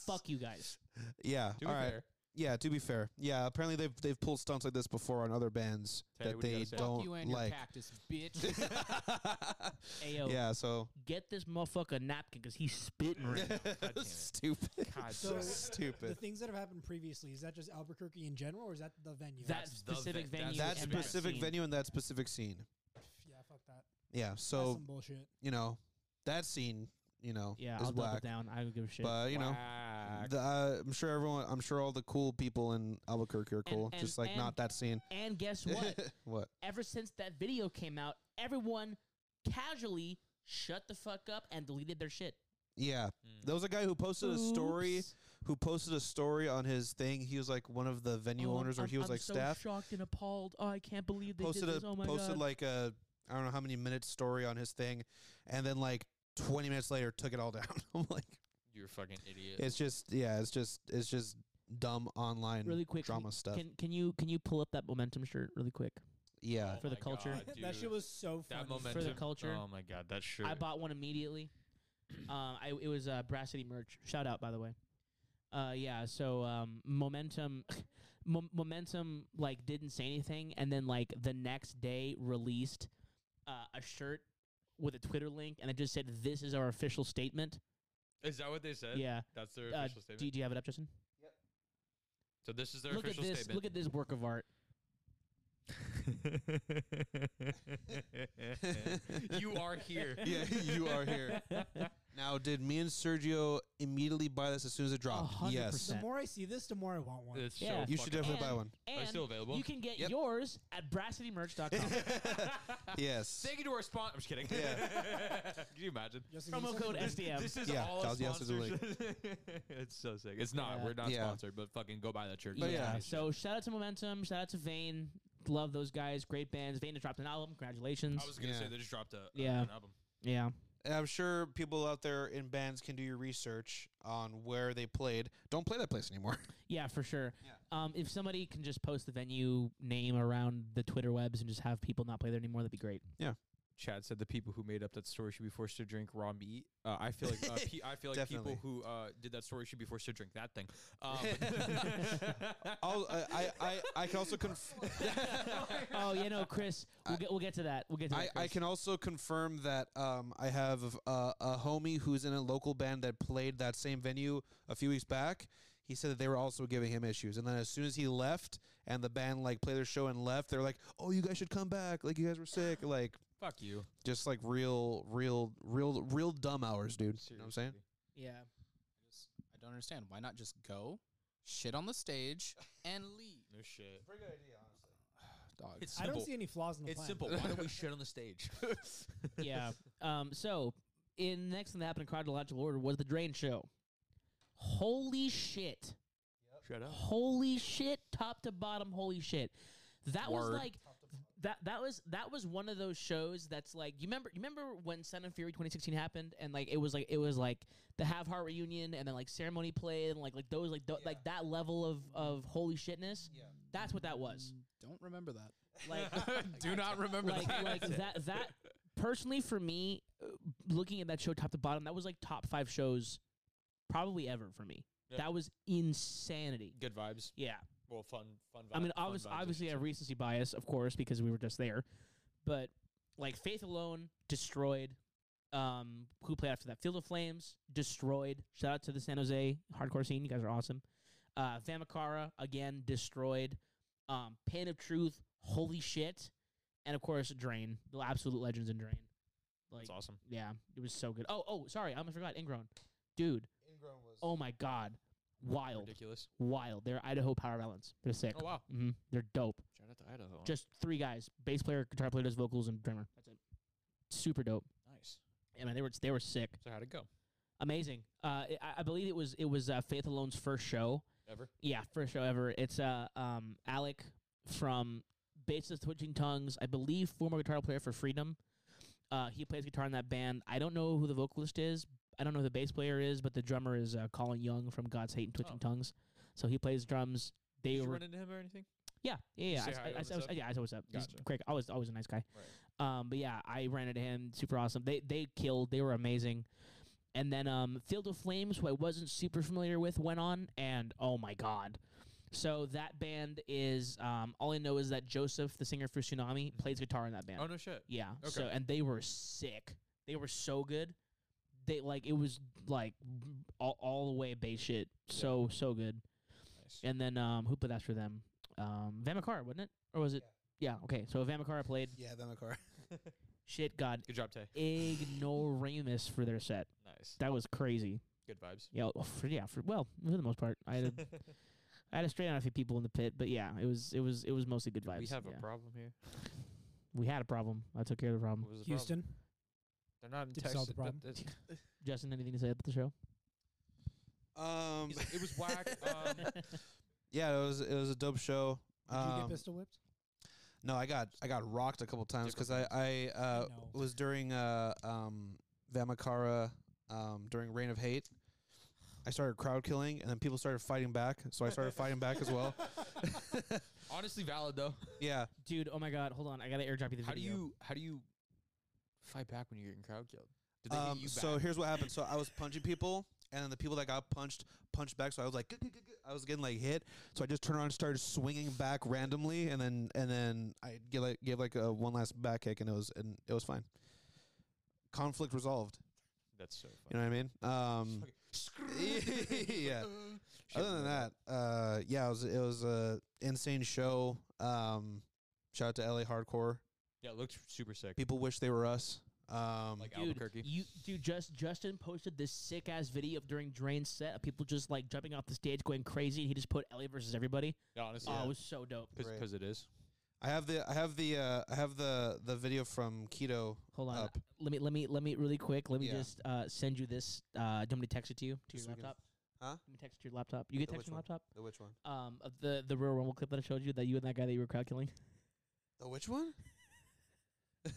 Fuck you guys. yeah. To be all right, fair, Yeah, to be fair, yeah. Apparently they've they've pulled stunts like this before on other bands Teddy, that what do you they gotta say? don't Fuck you and like. your cactus, bitch. Ayo, yeah, so get this motherfucker a napkin because he's spitting right now. damn it. stupid, God, So- uh, damn it. The stupid. things that have happened previously is that just Albuquerque in general, or is that the venue? That That's the specific ve- venue. That and and that specific scene. venue and that specific scene. yeah, fuck that. Yeah, That's so some bullshit. you know that scene, you know, Yeah, is I'll double whack. down. I don't give a shit. But you know, Whack. the, uh, I'm sure everyone, I'm sure all the cool people in Albuquerque are cool. and- just like not and- that scene. and guess what? what? Ever since that video came out, everyone casually shut the fuck up and deleted their shit. Yeah, Mm. there was a guy who posted a story. Oops. Who posted a story on his thing? He was like one of the venue Oh, I'm- owners, or I'm- he was I'm like so staff. shocked and appalled. Oh, I can't believe they posted did this. a oh my posted god. like a I don't know how many minutes story on his thing, and then like 20 minutes later took it all down. I'm like, You're a fucking idiot. it's just yeah, it's just it's just dumb online really quick, can- drama stuff. Can can you can you pull up that momentum shirt really quick yeah, Oh for the my culture? God, that dude. shit was so funny. that momentum. culture. Oh my god, that sure. I bought one immediately. um, I it was uh, Brass City merch. Shout out, by the way. Uh, yeah. So um, momentum, Mo- momentum like didn't say anything, and then like the next day released uh, a shirt with a Twitter link, and it just said, "This is our official statement." Is that what they said? yeah. That's their Uh, official do, statement. do you have it up, Justin? So this is their look at official this. statement. Look at this work of art. you are here. yeah, you are here. Now, did me and Sergio immediately buy this as soon as it dropped? hundred Yes, percent. The more I see this, the more I want one. It's Yeah. so you should fucking definitely buy And- one. awesome. Are they And still available? you can get Yep. yours at brasscitymerch.com. yes, Thank you to our sponsor. I'm just kidding. Can you imagine? Just in Promo case code anyone- SD. SDM. This is Yeah, all a Chelsea has to do sponsorship. it's so sick. It's not. Yeah. We're not Yeah. sponsored, but fucking go buy that shirt. But yeah. yeah. So shout out to Momentum. Shout out to Vane. Love those guys. Great bands. Vane just dropped an album. Congratulations. I was gonna Yeah. say they just dropped a Yeah. an album. yeah. And I'm sure people out there in bands can do your research on where they played. Don't play that place anymore. Yeah, for sure. Yeah. Um, if somebody can just post the venue name around the Twitter webs and just have people not play there anymore, that'd be great. Chad said the people who made up that story should be forced to drink raw meat. Uh, I feel like uh, pe- I feel like Definitely. people who uh, did that story should be forced to drink that thing. Um, I'll, I, I, I, I can also confirm. oh, you know, Chris, we'll get we'll get to that. We'll get to I, that. I Chris. can also confirm that um, I have uh, a homie who's in a local band that played that same venue a few weeks back. He said that they were also giving him issues, and then as soon as he left and the band like played their show and left, they're like, "Oh, you guys should come back! Like you guys were sick! Like Fuck you. just like real, real, real, real dumb hours, dude." You know what I'm saying? Yeah. just- I don't understand. Why not just go, shit on the stage, and leave? No shit. Pretty good idea, honestly. Dog. It's I simple. don't see any flaws in the it's plan. simple. Why don't we shit on the stage? yeah. Um, so, in next thing that happened in chronological order was the Drain Show. Holy shit! Shut up. Holy shit! Top to bottom, holy shit! That Word. was like that. That was that was one of those shows that's like you remember. You remember when Sun and Fury 2016 happened, and like it was like it was like the Have Heart reunion, and then like ceremony played, and like like those like tho- like that level of of holy shitness. Yeah. That's what that was. Don't remember that. Like Do not remember like that. like that that personally for me uh, looking at that show top to bottom that was like top 5 shows probably ever for me Yeah. that was insanity Good vibes. yeah Well, fun, fun. i mean fun obviously vibes, I obviously I should have recency bias of course because we were just there but like faith alone destroyed um who played after that field of flames destroyed shout out to the san jose hardcore scene you guys are awesome uh vamakara again destroyed um pain of truth holy shit and of course drain the absolute legends in drain say. like It's awesome. yeah it was so good oh oh sorry i almost forgot ingrown dude oh my god wild Ridiculous. wild they're idaho power balance they're sick Oh wow. hmm they're dope Shout out to Idaho. just three guys: bass player, guitar player, does vocals, and drummer. That's it. Super dope. Nice. I mean, they were they were sick, So how'd it go? amazing. Uh, I, I believe it was it was uh, Faith Alone's first show. Ever? Yeah, first show ever. It's uh um Alec from Bass of Twitching Tongues, I believe, former guitar player for Freedom. Uh, he plays guitar in that band. I don't know who the vocalist is. I don't know who the bass player is, but the drummer is uh, Colin Young from God's Hate and Twitching Oh. Tongues. So he plays drums. They Did you were run into him or anything? yeah, yeah, yeah. say I, hi I, I, to him I and was, stuff? yeah, I was up. He's Gotcha. Craig, always, always a nice guy. Um, but yeah, I ran into him. Super awesome. They they killed. They were amazing. And then um, Field of Flames, who I wasn't super familiar with, went on, and oh my god, So that band is um, all I know is that Joseph, the singer for Tsunami, plays guitar in that band. Oh no shit. Yeah. Okay. So and they were sick. They were so good. They like it was like all, all the way bass shit. So so good. Nice. And then um, who played after them? Um, Vamakara, wasn't it? Or was it? Yeah. okay. So Vamakara played. Yeah, then the car. Shit, God, Good job, Tay. ignoramus for their set. Nice. That was crazy. Good vibes. Yeah. well, For, yeah. For, well, for the most part, I had a, I had a straight on a few people in the pit, but yeah, it was it was it was mostly good vibes. we have yeah. a problem here. we had a problem. I took care of the problem. What was the problem? Houston. They're not in Did you Texas. solve the but problem? it's- Justin, anything to say about the show? Um, he's like, it was whack. Um, yeah, it was it was a dope show. Did you get Um, pistol whipped? no, I got I got rocked a couple times because I Different I uh, know. was during uh um Vamakara um during Reign of Hate. I started crowd killing, and then people started fighting back, so I started fighting back as well. honestly, valid though. yeah, Dude, oh my god, hold on, I gotta airdrop you the How do video. you how do you fight back when you're getting crowd killed? Did Um, so here's what happened. So I was punching people, and then the people that got punched punched back. So I was like, "Gah, gah, gah, gah." I was getting like hit. So I just turned around and started swinging back randomly, and then and then I gave like, gave like a one last back kick, and it was and it was fine. Conflict resolved. That's so You know what I mean? Um, yeah. Other than that, uh, yeah, it was it was a insane show. Um, shout out to LA Hardcore. Yeah, it looked super sick. People wish they were us. Um, Like Dude, Albuquerque. you dude, just Justin posted this sick ass video of during Drain's set of people just like jumping off the stage going crazy and he just put LA versus everybody. Yeah, honestly, Oh, it was so dope. Great. because it is. I have the I have the uh, I have the the video from Keto Hold on. Up. Let me let me let me really quick, let me Yeah. just uh, send you this uh do you want me to text it to you to Just your so we can- laptop? Huh? Let me text it to your laptop. You get The text which on your one? laptop? The which one? Um of the the Royal Rumble clip that I showed you that you and that guy that you were crowd killing. The which one?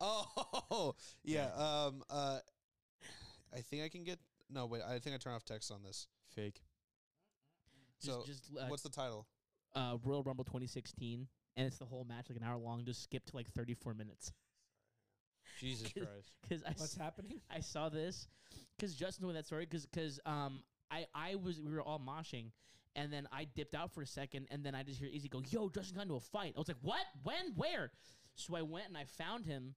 oh yeah. Um. Uh. I think I can get. No wait. I think I turn off text on this. Fake. Just So, just uh, What's the title? uh Royal Rumble twenty sixteen and it's the whole match like an hour long, just skip to like thirty four minutes. Jesus Kid- Christ. Because I What's happening? I saw this because Justin told me that story because um I I was we were all moshing and then I dipped out for a second and then I just hear Easy go yo Justin got into a fight I was like what when where so I went and I found him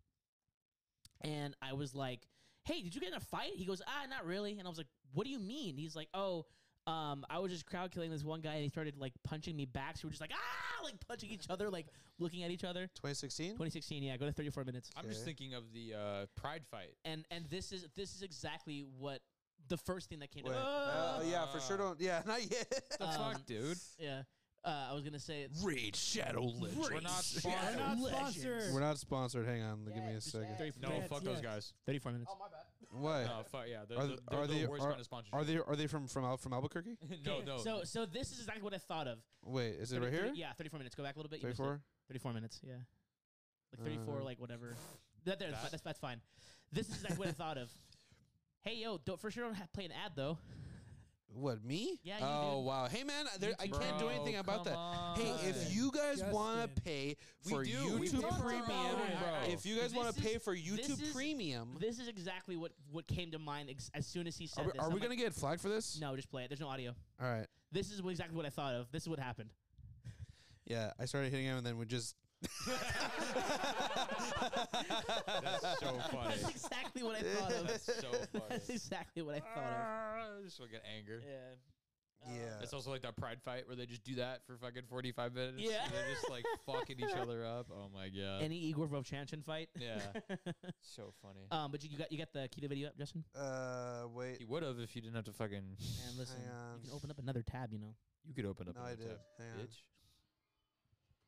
and I was like hey did you get in a fight he goes ah not really and I was like what do you mean he's like oh. Um, I was just crowd killing this one guy, and he started like punching me back. So we we're just like ah, like punching each other, like looking at each other. 2016. 2016, yeah. Go to 34 minutes I'm just Okay. thinking of the uh, Pride fight. and and this is this is exactly what the first thing that came to Wait. mind. Uh, yeah, for sure. Ah. Don't. Yeah, not yet. The Um, fuck, dude. Yeah, uh, I was gonna say it's Raid Shadow Legends. We're not Raid sponsored. Shadow- not Legends. sponsored. We're not sponsored. Hang on. Give me a Yes, second. yes. No, Yes, fuck those yes. guys. 34 minutes. Oh my bad. Why? No, fuck Uh, yeah. They're, Are the, th- they're are the they- worst are- kind of sponsorship. Are they are they from from Al, from Albuquerque? no, Okay, no. So so this is exactly what I thought of. Wait, is it right 33 here? Yeah, 34 minutes. Go back a little bit. you missed it. 34. 34 minutes. Yeah, like 34, Uh, like whatever. That there, that's, That? fi- that's, that's fine. This is exactly what I thought of. Hey yo, don't for sure don't have play an ad though. What me? Yeah, you, oh dude. wow. Hey man, there, I can't do Bro, anything about that. come On. Hey, if you guys want to Justin. pay We for do. We YouTube pay for our Premium, own, bro. if you guys This want to is- pay for YouTube is- Premium, This is exactly what what came to mind ex- as soon as he said are we, this. are I'm we like, gonna get flagged for this? No, just play it. There's no audio. All right. This is what- exactly what I thought of. This is what happened. Yeah, I started hitting him, and then we just. That's so funny. That's exactly what I thought of. That's so funny. That's exactly what I thought Ah, Just fucking anger. of. Yeah. Uh, Yeah. It's also like that pride fight where they just do that for fucking 45 minutes. and Yeah. They're just like fucking each other up. Oh my God. Any Igor Vovchanchin fight? yeah. so funny. um, but you, you got you got the key to video up, Justin. Uh, wait. you would have if you didn't have to fucking. And listen, on. you can open up another tab. You know. You could open up. No, I another did. tab, Hang on. Bitch.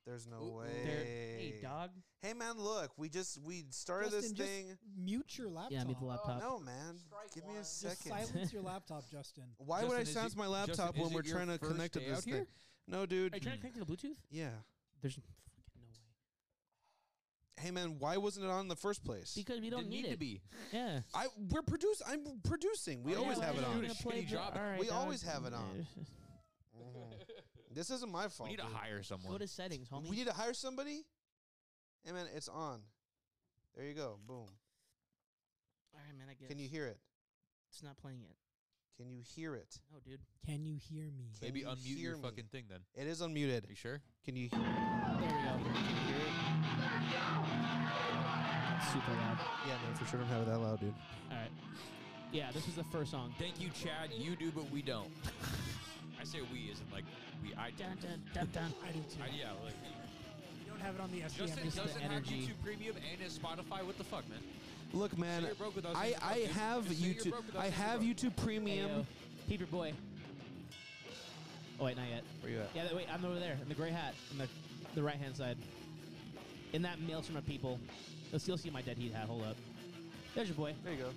There's no Ooh, way. ooh. There- Hey, dog. Hey, man, look, we just we started this Justin, just thing. Mute your laptop. Yeah, mute the laptop. No, man. Strike Give me one. a Just Just second. silence your laptop, Justin. Why would I Justin, is silence it- my Justin, laptop is when it we're your trying to first connect to day this out thing? here? No, dude. Are you trying to connect to the Bluetooth? Yeah. There's fucking no way. Hey, man, why wasn't it on in the first place? Because we don't Didn't need, to it. be. Yeah. I we're produce. I'm producing. We Oh, always yeah, have why it don't on. you do it? Shitty job. We always have it on. Mm-hmm. This isn't my We fault. need to dude. hire Go someone. to settings, homie. We need to hire somebody. Hey man, it's on. There you go. Boom. All right, man. I guess Can you hear it? It's not playing yet. Can you hear it? No, dude. Can you hear me? Can Maybe you unmute hear your me? fucking thing then. It is unmuted. Are you sure? Can you There we go. hear it? Super loud. Yeah, no, for sure. Don't have it that loud, dude. All right. Yeah, this is the first song. Thank you, Chad. You do, but we don't. I say we isn't like we. I do. Dun, dun, dun, dun. I do too. I, yeah, like You don't have it on the SDM. Justin just the doesn't have energy. YouTube Premium and his Spotify. What the fuck, man? Look, man, you're broke without I, saying I you're broke, have dude. Just say you're YouTube. broke without I saying you're have broke. YouTube Premium. Ayo. Keep your boy. Oh wait, not yet. Where you at? Yeah, wait, I'm over there in the gray hat on the, the right hand side. In that maelstrom of people, you'll still see my dead heat hat. Hold up. There's your boy. There you go.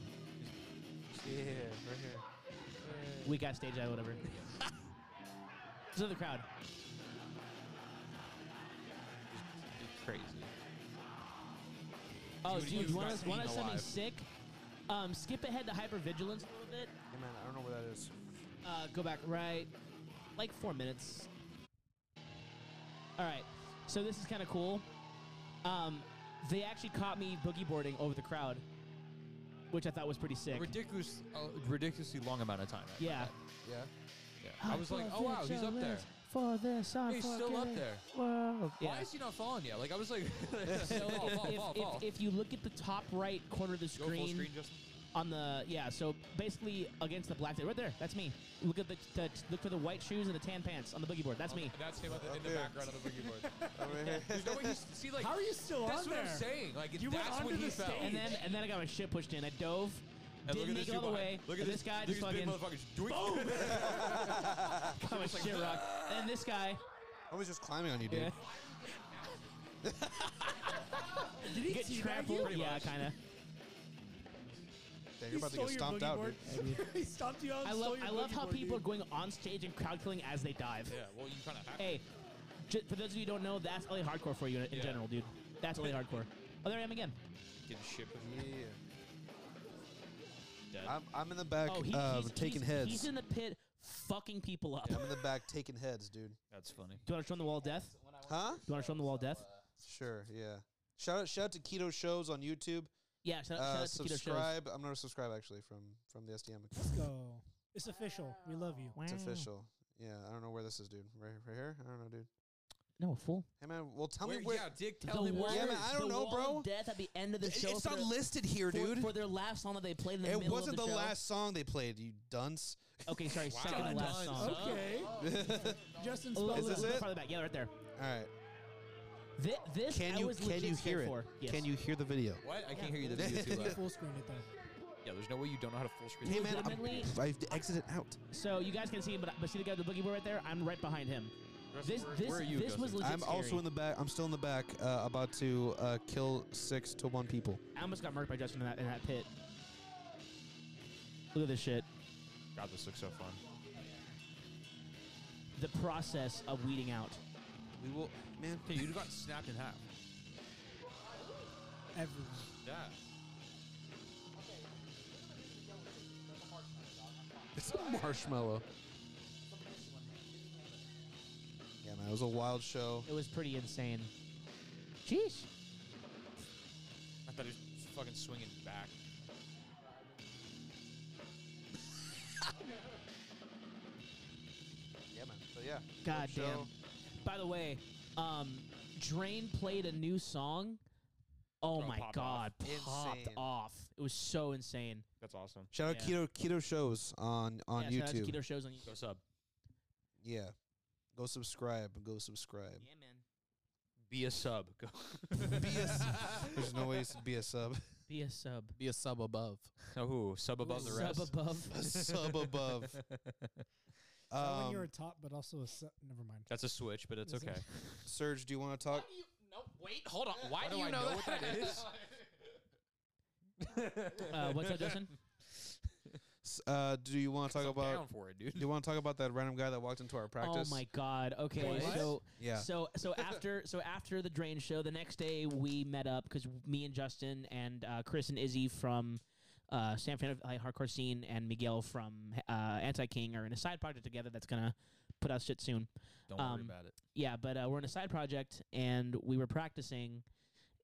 Yeah, right here. Weak ass stage eye, whatever. There's another crowd. It's crazy. Oh, Dude, dude, he's you want not us, want us staying something alive. sick? Um, skip ahead to hypervigilance a little bit. Hey, man, I don't know where that is. Uh, go back right, like four minutes. All right, so this is kind of cool. Um, they actually caught me boogie boarding over the crowd, which I thought was pretty sick. Ridiculous, uh, ridiculously long amount of time. I Yeah. thought. Yeah. yeah. I was like, oh wow, he's up there. For this, i He's still up there. World. Yeah. Why is he not falling yet? Like I was like, so fall, if, fall, if, fall, if- fall. if you look at the top right corner of the Go full screen, screen, Justin. on the yeah, so basically against the black right there, that's me. Look at the, the look for the white shoes and the tan pants on the boogie board. That's me. That's him Up in the there. background of the boogie board. Over here. There's no way he's see like. How are you still That's on what there? I'm saying. Like You went that's onto when he the fell. stage. And then and then I got my shit pushed in. I dove, And didn't make it all the way. Look at and this, guy just these big fucking motherfuckers. Doink. got my shit rocked. And then this guy, I was just climbing on you, dude. yeah, Did he get teabag trampled. you? Yeah, kind of. Damn, He you're about to stole get your stomped boogie out, board. he stomped you out. and I love stole your I love boogie how board, people are dude. going on stage and crowd killing as they dive. Yeah, well, you kind of have to. Hey, j- for those of you who don't know, that's LA hardcore for you in, in Yeah. general, dude. That's LA hardcore. Oh, there I am again. Get a ship with dude. Yeah. Dead. I'm, I'm in the back Oh, he- um, he's taking he's- heads. He's in the pit, fucking people up. I'm in the back taking heads, dude. That's funny. Do you want to show him the wall of death? Huh? Do you want to show him the wall of death? Sure. Yeah. Shout out, shout out to Keto Shows on YouTube. Yeah, shout, Uh, out- shout out to Keto Shows. subscribe. I'm gonna subscribe actually from from the SDM. Let's go. It's official. We love you. It's official. Yeah, I don't know where this is, dude. Right, right here. I don't know, dude. No, fool. Hey man, well tell Where, me where. yeah, Dick, the tell him wall, where. Yeah, man, I don't the know, wall bro. of death at the end of the It- show. it's for not their- listed here, for- dude. For, their last song that they played in the it middle wasn't of the, the, show. last song they played. You dunce. Okay, sorry, Wow. second to last Done. song. Okay. Justin A little, spelled little Is this it? farther back. Yeah, right there. All right. Thi- This, Can I you was can legit you hear scared it? For. Yes. Can you hear the video? What? I Yeah. can't hear you. The video too loud. Full screen it though. Yeah, there's no way you don't know how to full screen. Hey it. man, I'm- Legitimately- I've exited out. So you guys can see him, but, but see the guy with the boogie board right there? I'm right behind him. Justin, This where, this where are you? this was Justin? legit I'm also in the back. I'm still in the back, uh, about to uh, kill six to one people. I almost got murked by Justin in that in that pit. Look at this shit. God, this looks so fun. The process of weeding out. We will, man. Hey, you'd have gotten snapped in half. Everyone. Yeah. It's a marshmallow. Yeah, man, it was a wild show. It was pretty insane. Jeez. I thought he was fucking swinging back. Yeah, man. So yeah. God Dope show. damn. By the way, um, Drain played a new song. Oh Oh, my popped god, off. popped Insane. off. It was so insane. That's awesome. Shout out Yeah. Keto Keto Shows on on yeah, shout out to YouTube. Keto shows on YouTube. Go sub. Yeah. Go subscribe. Go subscribe. Yeah, man. Be a sub. Go. Be a s- There's no way you should be a sub. Be a sub. Be a sub above. Oh, sub above the sub rest. above. A sub above. So when you're a Um, top, but also a su- never mind. That's a switch, but it's Is it- okay. Serge, do you want to talk? No, wait, hold on. Why Why do I know what that is? uh, what's up, Justin? S- Uh, do you want to talk I'm about? down for it, dude. Do you want to talk about that random guy that walked into our practice? Oh my god. Okay, What? so Yeah. So so after so after the drain show, the next day we met up because me and Justin and uh, Chris and Izzy from uh, San Fran of LA Hardcore Scene and Miguel from uh, Anti King are in a side project together that's gonna put out shit soon. Don't Um, worry about it. Yeah, but uh, we're in a side project and we were practicing,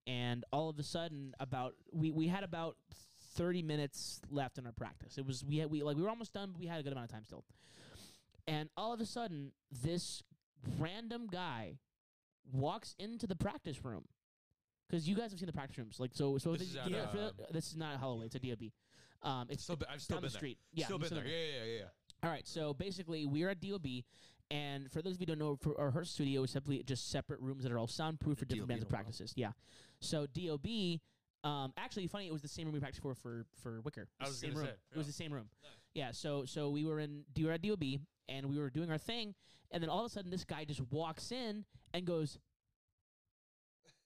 and all of a sudden, about we we had about 30 minutes left in our practice. It was we had, we like we were almost done, but we had a good amount of time still. And all of a sudden, this random guy walks into the practice room because you guys have seen the practice rooms. Like so, so This this, is yeah, at, for uh, the- this is not Holloway. It's a DOB. Um, it's Still been- I've still down been the there. street. Yeah, still you've been still there. Yeah, yeah, yeah, yeah. all right, so basically, we are at DOB, and for those of you who don't know, for our her studio is simply just separate rooms that are all soundproof for different DOB in bands of a while. practices. Yeah, so DOB. Um, actually, funny, it was the same room we practiced for for for Wicker. It I the was same gonna room. say, It was yeah. the same room. Yeah. So so we were in we were at DOB and we were doing our thing, and then all of a sudden this guy just walks in and goes,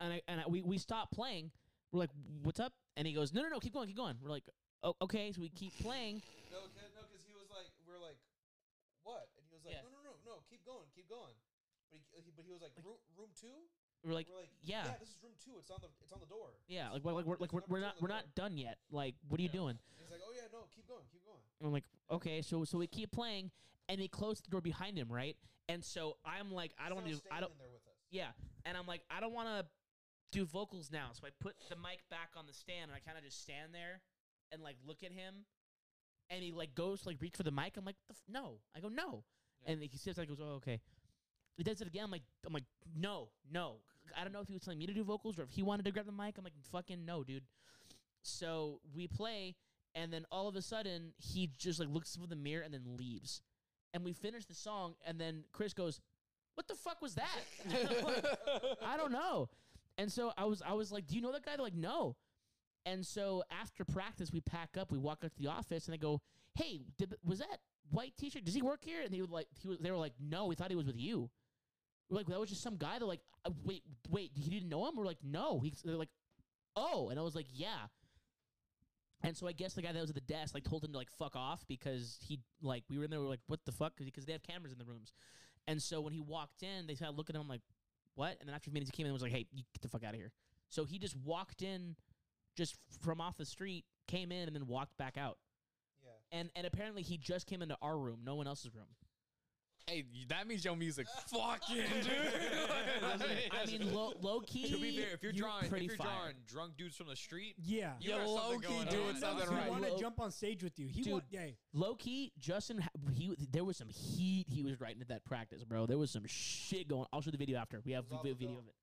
and I and I, we we stop playing. We're like, what's up? And he goes, no no no, keep going, keep going. We're like, oh okay, so we keep playing. No, cause, no, because he was like, we are like, what? And he was like, Yeah. no, no, no, no, keep going, keep going. But he, he- but he was like, room, room two. We're like, we're like, yeah. this is room two. It's on the, it's on the door. Yeah, like It's we're, like on- we're like it's we're, number we're two not we're on the door." not done yet. Like, what are you doing? He's like, oh yeah, no, keep going, keep going. And I'm like, okay, so so we keep playing, and they close the door behind him, right? And so I'm like, I He's don't want now to, do, I staying don't, in there with us. yeah. And I'm like, I don't want to do vocals now. So I put the mic back on the stand, and I kind of just stand there and like look at him, and he like goes to like reach for the mic. I'm like, the f- no. I go no, and he sits. I goes, oh okay. He does it again. I'm like, I'm like, no, no. I don't know if he was telling me to do vocals or if he wanted to grab the mic. I'm like, fucking no, dude. So we play, and then all of a sudden he just like looks through the mirror and then leaves. And we finish the song, and then Chris goes, "What the fuck was that?" I'm like, I don't know. And so I was, I was like, "Do you know that guy?" They're like, "No." And so after practice, we pack up, we walk up to the office, and I go, "Hey, did, was that white T-shirt? Does he work here?" And he would like, he was, they were like, "No, we thought he was with you." We're like, "That was just some guy." They're like, "Uh, "Wait, wait, he didn't know him?" We're like, "No." He's, they're like, "Oh," and I was like, "Yeah." And so I guess the guy that was at the desk like told him to like fuck off because he like we were in there we were like what the fuck because they have cameras in the rooms, and so when he walked in they started looking at him like what and then after a few minutes he came in and was like hey you get the fuck out of here so he just walked in just from off the street came in and then walked back out Yeah. and and apparently he just came into our room no one else's room Hey, y- that means your music fucking dude. I mean low low key To be fair, if you're drawing, if pretty you're fire. drawing drunk dudes from the street, Yeah. you got something low-key going doing on. something He right. want Well- to jump on stage with you. He would. Yeah. Low key, Justin, ha- he there was some heat he was writing at that practice, bro. There was some shit going. I'll show the video after. We have It was off vi- the video dome. of it.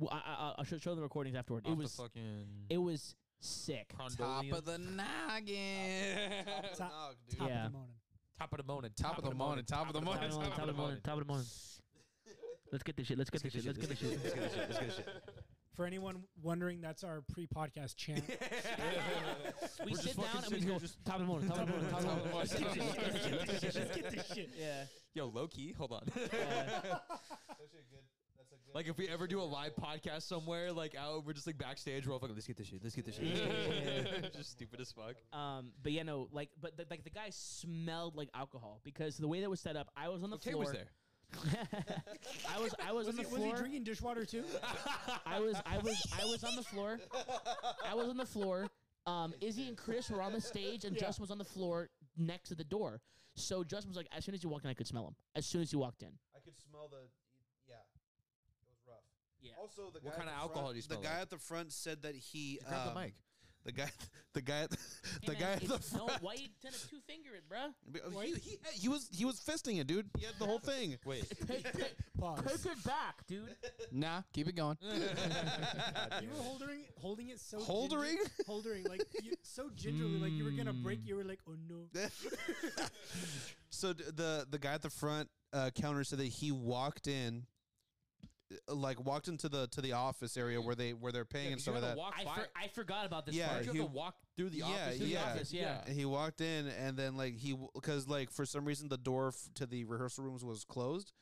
Well, I, I, I'll show, show the recordings afterward. Off it the was fucking it was sick. Top Condolium. of the noggin. Top of the Top- nog, dude. Top Yeah. of the morning. top of the moaning, Top of the morning, top of the Top of morning, the morning, top of the morning, top of the morning. Let's get this shit. Let's get this shit. Let's get this shit. Let's get this shit. Let's get this shit. For anyone wondering, that's our pre-podcast chant. We We're sit just down fucking and we sitting here go just- top of the morning, top of the morning, top of the morning. Top of the morning. Let's get this shit, let's get this shit, let's get this shit. this shit. Yeah. Yo, low key, hold on. That's a good. That's a good. like if we ever that's do a good live pull. podcast somewhere, like out, we're just like backstage, we're all fucking. Let's get this shit. Let's get this shit. Let's get this shit." just stupid as fuck. Um, but yeah, no, like, but the, like the guy smelled like alcohol because the way that was set up, I was on the Okay, floor. was there? I was, I was, Was on he, the was floor. he drinking dishwater too? I was I was I was on the floor. I was on the floor. Um, Izzy and Chris were on the stage, and Yeah. Justin was on the floor next to the door. So Justin was like, as soon as you walked in, I could smell him. As soon as you walked in, I could smell the. Yeah. It was rough. Yeah. Also, the What guy kinda at the alcohol front, do you The smell guy like? at the front said that he. Grab the um, mic. The guy, the guy, at the, the guy at the front. why you tend to two finger it, bruh? He, he, he was he was fisting it, dude. He had the whole thing. Wait. Take, take, Pause. it back, dude. Nah, keep it going. You were holding it, holding it so Holdering? ginger- holding like you, so gingerly, like you were gonna break. You were like, oh no. so d- the the guy at the front uh, counter said that he walked in, uh, like walked into the to the office area where they where they're paying and stuff like that. I, for, I forgot about this. Yeah, part. Aren't you he- have to walk through the Yeah, office? To the yeah. office, yeah. And he walked in, and then like he because like for some reason the door f- to the rehearsal rooms was closed,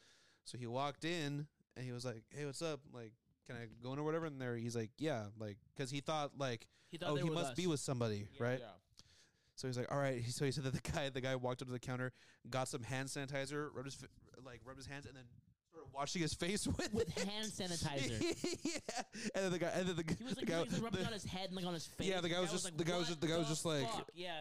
so he walked in and he was like, "Hey, what's up? Like, can I go in or whatever?" And there he's like, "Yeah," like because he thought like, He thought "Oh, they he were must us. be with somebody, right?" Yeah. So he's like, "All right." So he said that the guy, the guy walked up to the counter, got some hand sanitizer, rubbed his fi- like rubbed his hands, and then started washing his face with with it. hand sanitizer. yeah, and then the guy, and then the, g- He was the like, guy, he was rubbing the- on his head and like on his face. Yeah, the guy was just- the guy "What was just- the guy was just like- fuck?" yeah.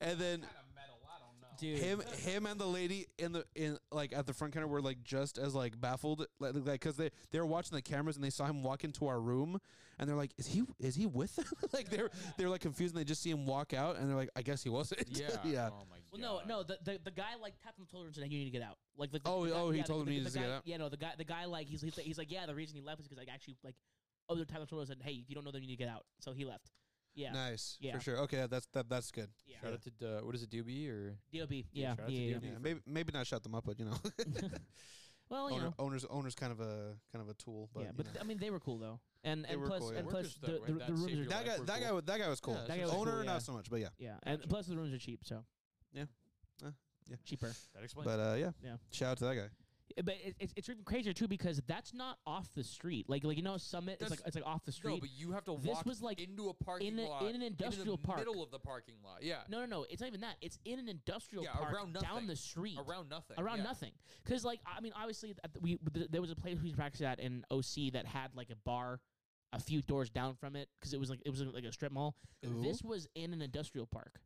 and then metal, I don't know. dude. him him and the lady in the in like at the front counter were like just as like baffled like like because they they were watching the cameras and they saw him walk into our room and they're like is he is he with them like they're they're like confused and they just see him walk out and they're like I guess he wasn't Yeah. yeah Oh my Well, god. no, no. The, the the guy like tapped him on the shoulder and said, "Hey, "You need to get out." Like, like the, Oh, the guy, oh, he yeah, the- told him the, he the needs to get guy- out? Yeah, no. The guy, the guy, like he's he's like, he's like yeah. The reason he left was because like actually like oh, they tapped him on the shoulder and said, "Hey, if you don't know, then you need to get out." So he left. Yeah, nice Yeah. for sure okay that's that that's good yeah. Shout out to uh, what is it, Doobie or? Dob, yeah, Yeah, yeah, shout out to yeah. DOB. yeah maybe maybe not shut them up but you know, well, you owner, know, owners owners kind of a kind of a tool but Oh, yeah, but you know. th- I mean, they were cool though, and They and were plus cool, yeah. and plus Workers, the though, right? the, That the rooms saved are your that life guy were that guy cool. wa- that guy was cool Yeah, that guy was owner cool, yeah. not so much but yeah yeah, and Gotcha. plus the rooms are cheap, so Yeah. Uh, yeah. cheaper. That explains. but uh yeah Yeah. shout out to that guy Uh, But it, it's it's even crazier too because that's not off the street. Like like you know, Summit it's That's- like it's like off the no, street. but you have to This walk was, like, into a parking in, a- lot in an industrial into the park. middle of the parking lot. Yeah, No, no, no. It's not even that. It's in an industrial Yeah, park around down nothing. the street. around nothing. Around yeah. nothing. Because, like, I mean, obviously, at the, we th- there was a place we practiced at in OC that had, like, a bar a few doors down from it because it was, like, it was like a strip mall. This was in an industrial park.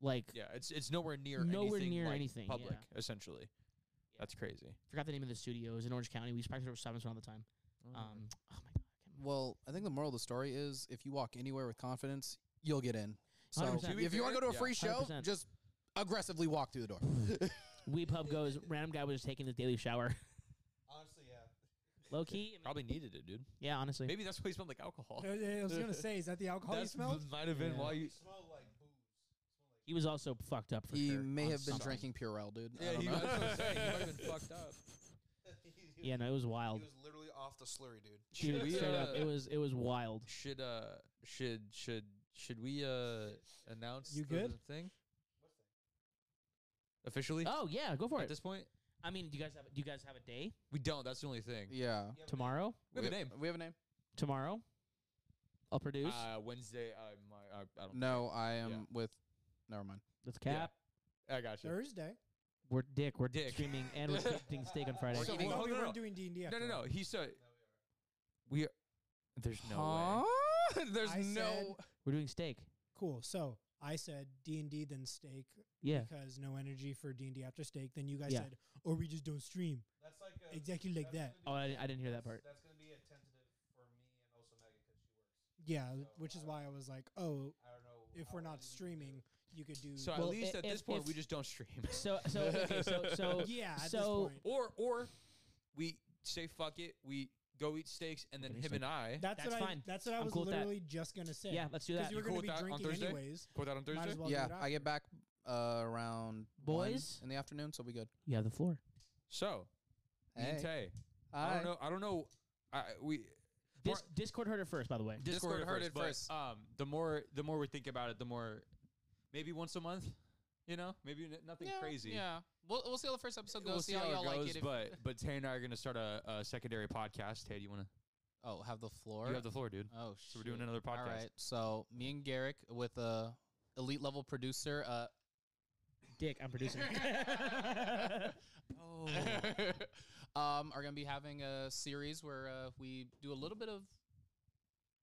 Like, Yeah, it's it's nowhere near Nowhere anything near like anything, public yeah. essentially. That's crazy. forgot the name of the studio. It was in Orange County. We used to practice over Simon's all the time. Um, oh, my God. Well, I think the moral of the story is if you walk anywhere with confidence, you'll get in. So 100%. To be if you want to fair, go to a yeah. free show, 100%. just aggressively walk through the door. We pub goes, random guy was just taking his daily shower. honestly yeah Low key. I mean, Probably needed it, dude. yeah, honestly. Maybe that's why he smelled like alcohol. I was- I was gonna say, is that the alcohol you That's- smelled? might have been Yeah. why you. He was also fucked up for he sure. may on have been something. drinking Purell, dude. I Yeah, don't he know. that's what I'm saying. He might have been fucked up. Yeah, no, it was wild. was literally off the slurry, dude. Dude, Should we, straight uh, up, it was it was wild. Should uh should should should we uh announce You the good? thing officially Oh yeah, go for at it. this point? I mean, do you guys have do you guys have a day We don't. That's the only thing. Yeah. tomorrow? We have a name. We have a name? Tomorrow, I'll produce. Uh, Wednesday. Uh, my, uh, I don't. No, I am Yeah. with. Never mind. That's cap. yeah. I got you. Thursday. We're dick. We're Dick. streaming and we're eating steak on Friday. We're So eating- well, no, we no, weren't no. doing D and D. No, no, no. He said we. Are, there's no way. Huh? There's I no. We're doing steak. Cool. So I said D and D then steak Yeah. because no energy for D and D after steak. Then you guys Yeah. said, or we just don't stream That's like a, exactly like that. Oh, I, I didn't hear that part. That's gonna be a tentative for me and also Maggie because she works. Yeah, which is why I was like, oh, I don't know if we're not streaming, you could do. So Well, at least i- at this if- point, if- we just don't stream. So so okay, so so yeah. At so- this point, or or we say fuck it. We go eat steaks, and then Okay, him so- and I that's, That's what fine. I. That's what I I'm was cool with that. literally just gonna say. yeah, let's do because that. you were You gonna cool be with that on drinking Thursday? anyways. go that on Might Thursday. as well. yeah, do it I get after. back uh, around one Boys? in the afternoon, so we good. You have the floor. So me and Hey, Tay. I hi. don't know. I don't know. I, we Dis- Discord heard it first, by the way. Discord heard it but, first. Um, the more the more we think about it, the more maybe once a month. You know, maybe n- nothing Yeah, crazy. Yeah, we'll we'll see how the first episode goes. We'll see, how, it y'all goes, like it. If, but but Tay and I are gonna start a, a secondary podcast. Tay, do you want to? oh, have the floor. You have the floor, dude. oh, So we're doing shit. another podcast. All right, so me and Garrick with a elite level producer. Uh, Dick, I'm producing. Oh, um, are gonna be having a series where uh, we do a little bit of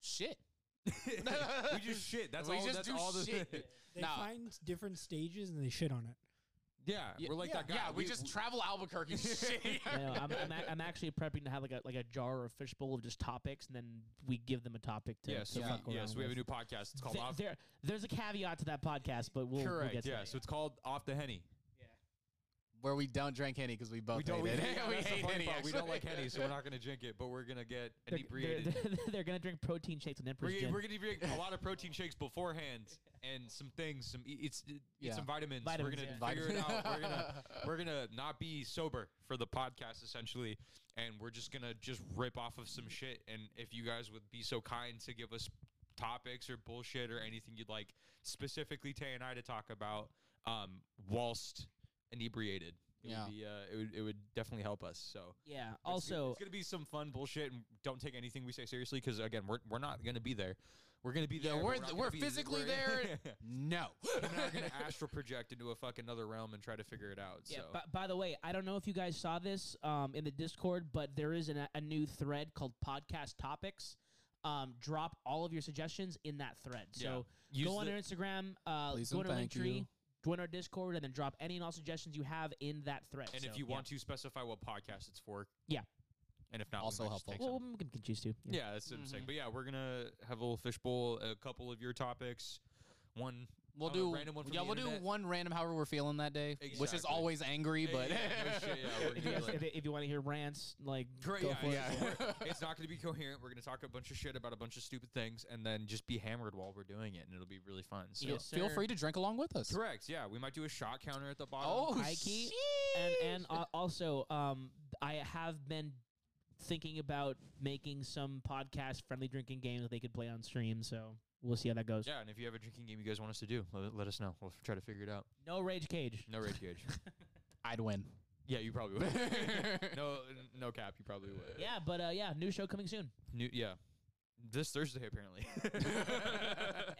shit. we just shit. That's We all. just that's do all the shit. They Nah. find different stages and they shit on it. yeah, Yeah, we're like that guy. Yeah, we, just travel Albuquerque. shit. I know, I'm, I'm, ac- I'm actually prepping to have like a like a jar or fishbowl of just topics, and then we give them a topic to. Yes, to yeah, fuck we, around yes, we have a with. new podcast. It's called Th- Off. there, there's a caveat to that podcast, but we'll, we'll Correct. get to yeah, that. so it's called Off the Henny. Where we don't drink any because we both we don't. hate we, it. yeah, we that's the hate funny any. part. We don't like Henny, actually. so we're not gonna drink it. But we're gonna get They're- inebriated. They're, they're, they're gonna drink protein shakes and We're, Emperor's gonna- Gin. we're gonna drink a lot of protein shakes beforehand, and some things, some eat, it's eat Yeah. some vitamins. Vitamins, We're gonna yeah. figure it out. We're gonna we're gonna not be sober for the podcast essentially, and we're just gonna just rip off of some shit. And if you guys would be so kind to give us topics or bullshit or anything you'd like specifically Tay and I to talk about, um, whilst inebriated, it Yeah. would be, uh, it would it would definitely help us. So. yeah. It's go- Also, it's gonna be some fun bullshit, and don't take anything we say seriously because again, we're we're not gonna be there. We're gonna be Yeah, there. but we're- not we're gonna be- physically we're- no. we're not gonna astral project into a fucking other realm and try to figure it out. yeah. so By, by the way, I don't know if you guys saw this um, in the Discord, but there is an, a- a new thread called Podcast Topics. Um, drop all of your suggestions in that thread. Yeah. So Use go on the- our Instagram. Uh, Please go and to thank Linktree. you. Join our Discord and then drop any and all suggestions you have in that thread. And if So, you yeah. want to specify what podcast it's for, Yeah. And if not, we Also might just helpful. take well, Mm-hmm. some. we can- can choose to. Yeah, that's what I'm saying. Mhm. But yeah, we're gonna have a little fishbowl, a couple of your topics, one. We'll Oh, a do random one from yeah. the We'll internet? do one random. However we're feeling that day, which is Exactly. always angry, Yeah, but yeah, no shit, yeah, If, we're gonna you- be like- if, if you want to hear rants, like Great, go yeah, for it. yeah. it's not going to be coherent. We're going to talk a bunch of shit about a bunch of stupid things, and then just be hammered while we're doing it, and it'll be really fun. So. Yes, feel sir. free to drink along with us. Correct. Yeah, we might do a shot counter at the Oh, bottom. Crikey. Um, and and uh, also um I have been thinking about making some podcast friendly drinking games that they could play on stream. So we'll see how that goes. Yeah, and if you have a drinking game you guys want us to do, let, let us know. We'll f- try to figure it out. No rage cage. No rage cage. I'd win. yeah, you probably would. no, n- no cap. You probably would. Yeah, but uh, yeah, new show coming soon. New, yeah. This Thursday apparently.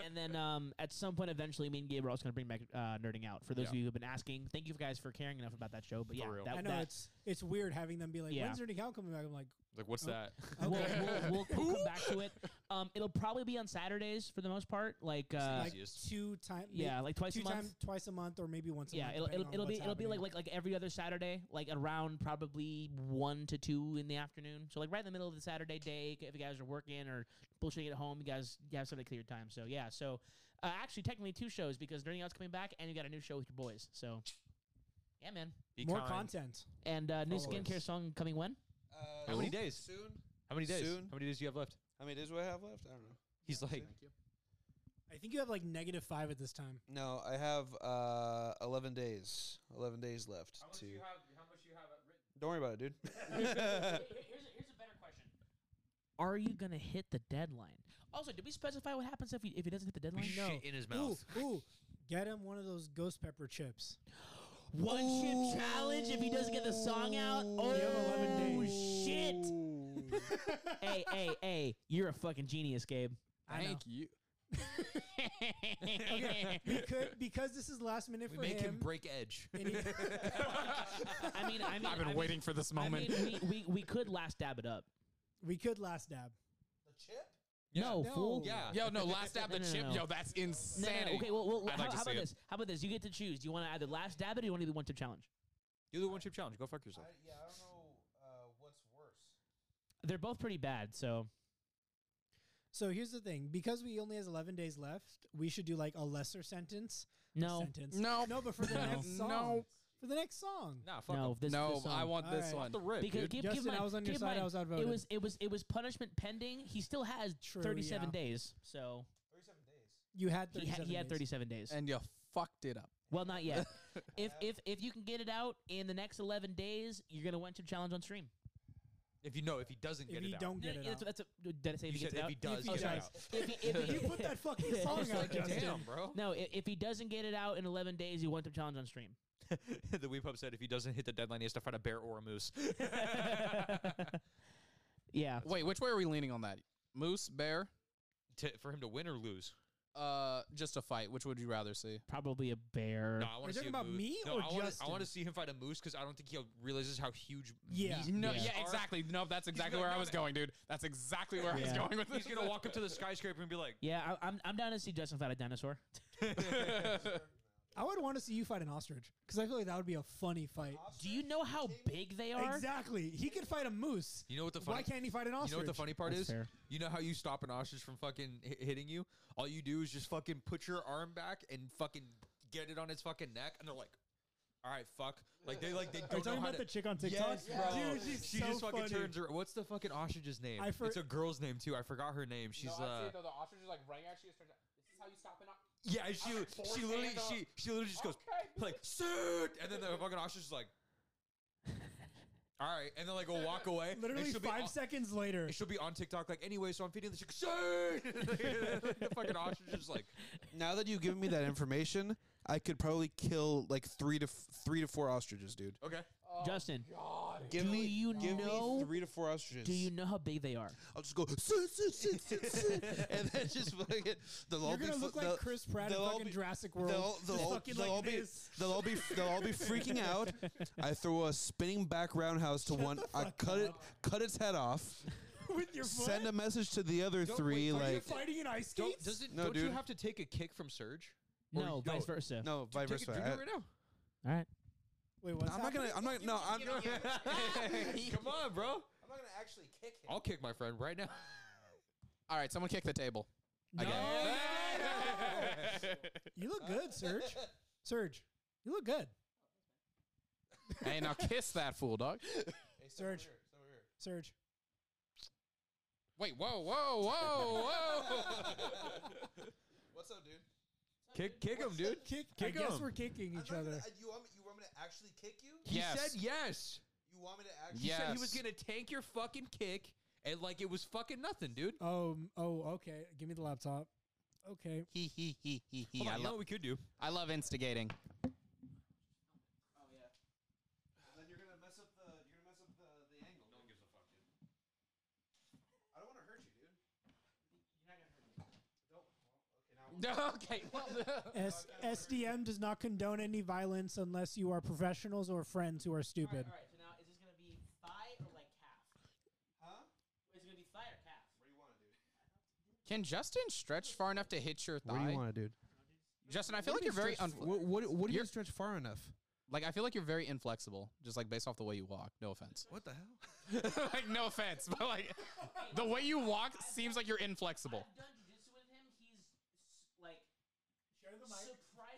and then um, at some point, eventually, me and Gabe are also going to bring back uh, nerding out. For those of you who've been asking, thank you guys for caring enough about that show. But For yeah, real. that, I know that- it's it's weird having them be like, Yeah. "When's Ernie Cal coming back?" I'm like, like, what's Oh. that? we'll, Okay. we'll, we'll, we'll come back to it. Um, it'll probably be on Saturdays for the most part. Like, uh, like easiest. two times, yeah, like twice two a month. times, twice a month, or maybe once. a Yeah, month, it'll it'll, depending on it'll be what's it'll be like happening. like like every other Saturday, like around probably one to two in the afternoon. So like right in the middle of the Saturday day, if you guys are working or bullshitting at home, you guys you have something to clear your time. So yeah, so uh, actually technically two shows because Nerdy Out's coming back and you got a new show with your boys. So yeah, man. Be more kind. content. And uh, new Follow skincare us. song coming when? Uh, How many soon- days? Soon. How many days? Soon. How many days do you have left? How many days do I have left? I don't know. He's like, I think you have like negative five at this time. No, I have uh, 11 days. 11 days left to. How much you have? Don't worry about it, dude. here's, a, here's a better question. Are you gonna hit the deadline? Also, did we specify what happens if he, if he doesn't hit the deadline? Shit in his Ooh, mouth. ooh, get him one of those ghost pepper chips. One chip challenge if he doesn't get the song out. Oh You have 11 days. shit! hey, hey, hey! You're a fucking genius, Gabe. I know. you. Because, because this is last minute We for make him, him. break edge. and he- I mean, I mean, I've been I mean- waiting for this I mean, moment. we, we we could last dab it up. we could last dab. No, No. fool. Yeah. yo, no, last dab the No, no, chip. no. Yo, that's No, no, no, insanity. Okay, well, well I'd how, like to how see about it. this? How about this? You get to choose. Do you want to either last dab it or you want to do the one chip challenge? Do the one chip challenge. Go fuck yourself. yeah, I don't know uh, what's worse. They're both pretty bad, so So here's the thing: because we only has 11 days left, we should do like a lesser sentence. no, Sentence. No. No, but for the No. next song. No. For the next song. Nah, fuck no. 'em. This, no, this I song. want this Alright. one. the rip, Because dude. keep, Justin, keep I was on your keep side, I mind, was outvoted. It was it was it was punishment pending. He still has True, 37 yeah. days. So 37 days. You had he, 37 ha- he had days. 37 days. And you fucked it up. well, not yet. if if if you can get it out in the next 11 days, you're gonna win chip challenge on stream. If you know, if he doesn't If get you it don't out. get Yeah, it that's out. a- that's a- did I say if you he said gets if it he out? does Oh, get it sorry. out. If he, if he, You put that fucking It's song just out, like, Justin. Damn, bro. no, if, if he doesn't get it out in 11 days, you win chip challenge on stream. the Weepub said if he doesn't hit the deadline, he has to fight a bear or a moose. yeah. Wait, which way are we leaning on that? Moose, bear, to, for him to win or lose. uh, just a fight. Which would you rather see? Probably a bear. No, I want you to see talking a about moose. me no, or I wanna, I Justin? want to see him fight a moose because I don't think he realizes how huge. Yeah. meat- No, Yeah. yeah, Are- exactly. No, that's exactly gonna- where I no, was no. going, dude. That's exactly where I was Yeah. going with this. He's gonna walk up to the skyscraper and be like, Yeah, I, I'm I'm down to see Justin fight a dinosaur. I would want to see you fight an ostrich because I feel like that would be a funny fight. Do you know how big they are? Exactly. He could fight a moose. "You know what the Why funny? can't he fight an You ostrich? know what the funny part That's is? fair. You know how you stop an ostrich from fucking hi- hitting you? All you do is just fucking put your arm back and fucking get it on its fucking neck, and they're like, "All right, fuck." Like they like they Are you don't know talking how to. about the chick on TikTok? Yes, bro. Dude, she's she so just fucking funny. turns her. What's the fucking ostrich's name? I for- it's a girl's name too. I forgot her name. She's uh, the ostrich is like running at you. This is how you stop an ostrich. yeah. and She I she forced my literally hand she up. she literally just goes like suit, and then the fucking ostrich is like, all right, and then like will walk away. and Literally she'll be five on- seconks later. and She'll be on TikTok like anyway, so I'm feeding the chick. Suit! the fucking ostrich is like, Now that you've given me that information, I could probably kill like three to f- three to four ostriches, dude. okay, Justin, Give Do me, you give know- me three to four ostriches. do you know how big they are? I'll just go "Suit, suit, suit, suit, suit," and then just fucking. They'll all You're be gonna fu- look like they'll- Chris Pratt in they'll all fucking be- Jurassic They'll, World. all- they'll, Just all- fucking they'll like all be this. they'll all be they'll all be freaking out. I throw a spinning back roundhouse to one. I cut it cut its head off. with your foot. Send a message to the other Don't- three wait, are you Are you like fighting in ice don't skates? does it? No, don't you dude. have to take a kick from Surge? Or No, yo- vice versa. No, vice Take a versa. drink I- of it right now. All Wait, what's I'm not gonna. I'm not. No, I'm. I'm not Come on, bro. gonna actually kick him. I'll kick my friend right now. All right, someone kick the table. right. Again. You look good, Serge. Serge, you look good. hey, now kiss that fool, dog. Serge. Serge. Wait, whoa, whoa, whoa, whoa. What's up, dude? kick, kick him, dude. Kick, Kick I guess 'em. we're kicking each other. you, want me, you want me to actually kick you? He Yes. said yes. You want me to He Yeah. said he was Yes. gonna tank your fucking kick, and like it was fucking nothing, dude. Oh, m- oh, okay. Give me the laptop. Okay. He, he, he, he, he. Hold on, I, you know lo- what we could do? I love instigating. Then you're gonna mess up the. You're gonna mess up the, the angle. No one gives a fuck, dude. I don't want to hurt you, dude. okay. well, S- SDM does not condone any violence unless you are professionals or friends who are So stupid. now is this gonna be thigh or like calf? Huh? Is it gonna be thigh or calf? What do you want to do? Can Justin stretch far enough to hit your thigh? What do you want to do? Justin, I feel like you're very un- What, what, what do you You're- stretch far enough? like I feel like you're very inflexible, just like based off the way you walk. No offense. What the hell? like no offense, but like the way you walk seems like you're inflexible. I've done jujitsu with him. He's like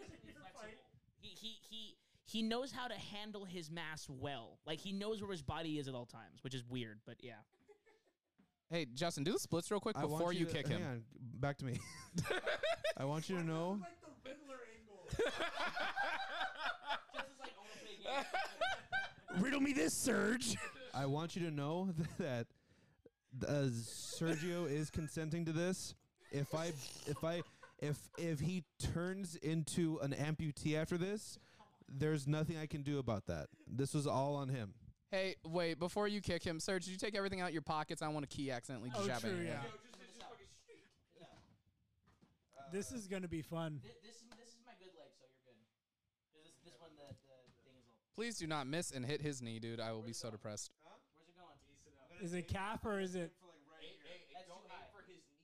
surprisingly flexible. He he he. He knows how to handle his mass well. Like he knows where his body is at all times, which is weird, but yeah. Hey, Justin, do the splits real quick I want before you, to- kick hang him. on, back to me. I want you to know. Riddle me this, Surge. I want you to know that uh, Sergio is consenting to this. If I, if I, if if he turns into an amputee after this, there's nothing I can do about that. This was all on him. Hey, wait, before you kick him, Serge, did you take everything out your pockets? I want a key accidentally Oh, jab true, in. yeah. This is gonna be fun. This, this is this is my good leg, so you're good. This this one the, the thing is all. Please do not miss and hit his knee, dude. I will be so depressed. Where's it going? Is it calf or is That's it? too high.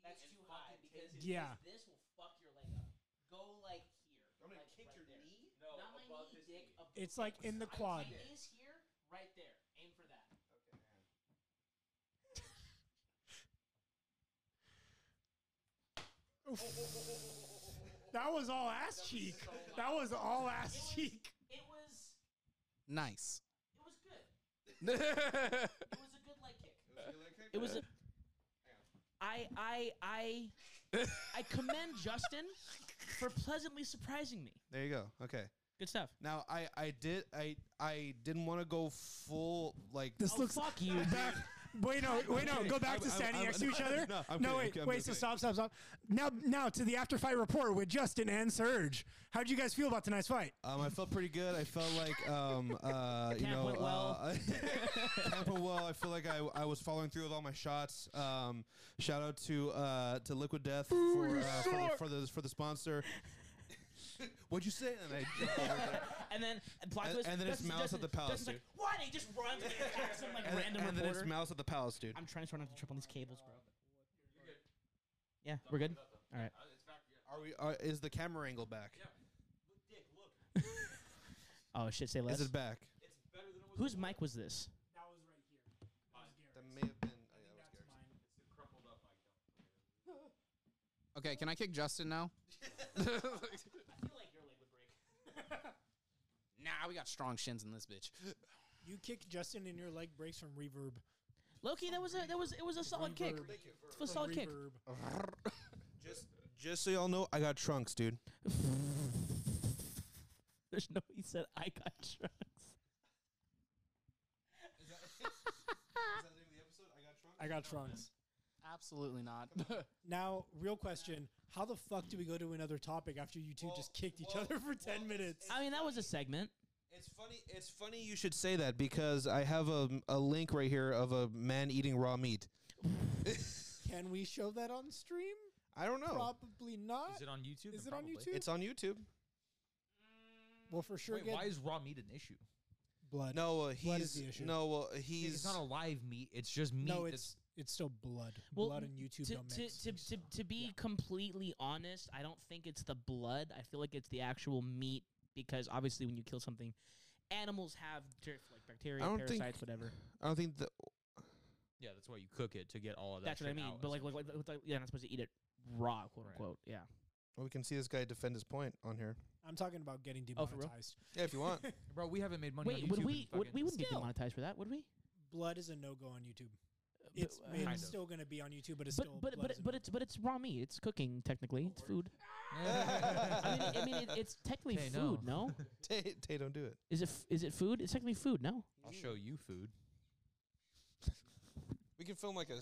That's too high because his- Yeah. this will fuck your leg up. Go like here. I'm gonna kick your knee. No, not my knee, dick. above- It's like in the I- My quad. knee is here, right there. Aim for that. That was all ass cheek. That was all ass cheek. It was Nice. it was good. Wait, It was a good leg kick. It was a I I I I commend Justin for pleasantly surprising me. There you go. Okay. Good stuff. Now I I did I I didn't want to go full like This Oh, looks fuck you. back. Wait no, wait no. Go back I'm- to I'm- standing I'm- next to each no, other. no, I'm no kidding, wait, I'm wait. just So kidding. stop, stop, stop. Now, now to the after fight report with Justin and Serge. How would you guys feel about tonight's fight? Um, I felt pretty good. I felt like um, uh, you Camp know, went well. uh, camp went well. I feel like I, I was following through with all my shots. Um, shout out to uh, to Liquid Death for, uh, for, for the for the sponsor. What'd you say? And I, And then plot And- twist, and then it's Dustin- mouse Dustin- at the palace, Dustin's like, what? And he just runs and attacks some like and, random and then reporter. it's Mouse at the Palace, dude. I'm trying to not to trip on these cables, bro. Yeah, we're good. All right. Are we? Are, is the camera angle back? Oh shit, say less. Is it back? Whose mic was this? That was right here. That may have been. Oh, yeah, that was Garrett's. okay, can I kick Justin now? I feel like your leg would break. Nah, we got strong shins in this bitch. You kick Justin and your leg breaks from reverb. Loki, that was a that was it was a solid kick. Reverb. It was a solid kick. Reverb. Just just so y'all know, I got trunks, dude. There's no. He said I got trunks. I got trunks. Absolutely not. Now, real question: How the fuck do we go to another topic after you two just kicked each other for ten minutes? I mean, that was a segment. It's funny. It's funny you should say that because I have a, a link right here of a man eating raw meat. Can we show that on stream? I don't know. Probably not. Is it on YouTube? Is Then it on probably. YouTube? It's on YouTube. We'll for sure Wait, get why is raw meat an issue? blood. No, uh, What he's is the issue? no, uh, he's It's not a live meat. It's just meat. no, that's- it's it's still blood. Well, blood n- and YouTube to, don't to, mix. to, to, to be yeah. completely honest, I don't think it's the blood. I feel like it's the actual meat because obviously when you kill something, animals have dirt, like bacteria, I don't think- parasites, whatever. I don't think the Yeah, that's why you cook it to get all of that. That's what I shit mean. out, But like, like, like, like, yeah, I'm not supposed to eat it raw, quote Right. unquote. Yeah. well, we can see this guy defend his point on here. I'm talking about getting Oh, for real? demonetized. Yeah, if you want. bro, we haven't Oh, made money. on Wait, YouTube would in we? Would, fucking- we wouldn't get Still. demonetized for that, would we? blood is a no go on YouTube. Uh, It's, but, uh, it's Kind of. still going to be on YouTube, but it's but still but blood but, is a but no-go. it's but it's raw meat. It's cooking technically. It's food. I mean, I mean it, it's technically Okay, no. food. No, Tay, Tay, don't do it. is it f- is it food? It's technically food. No. I'll show you food. We can film like a.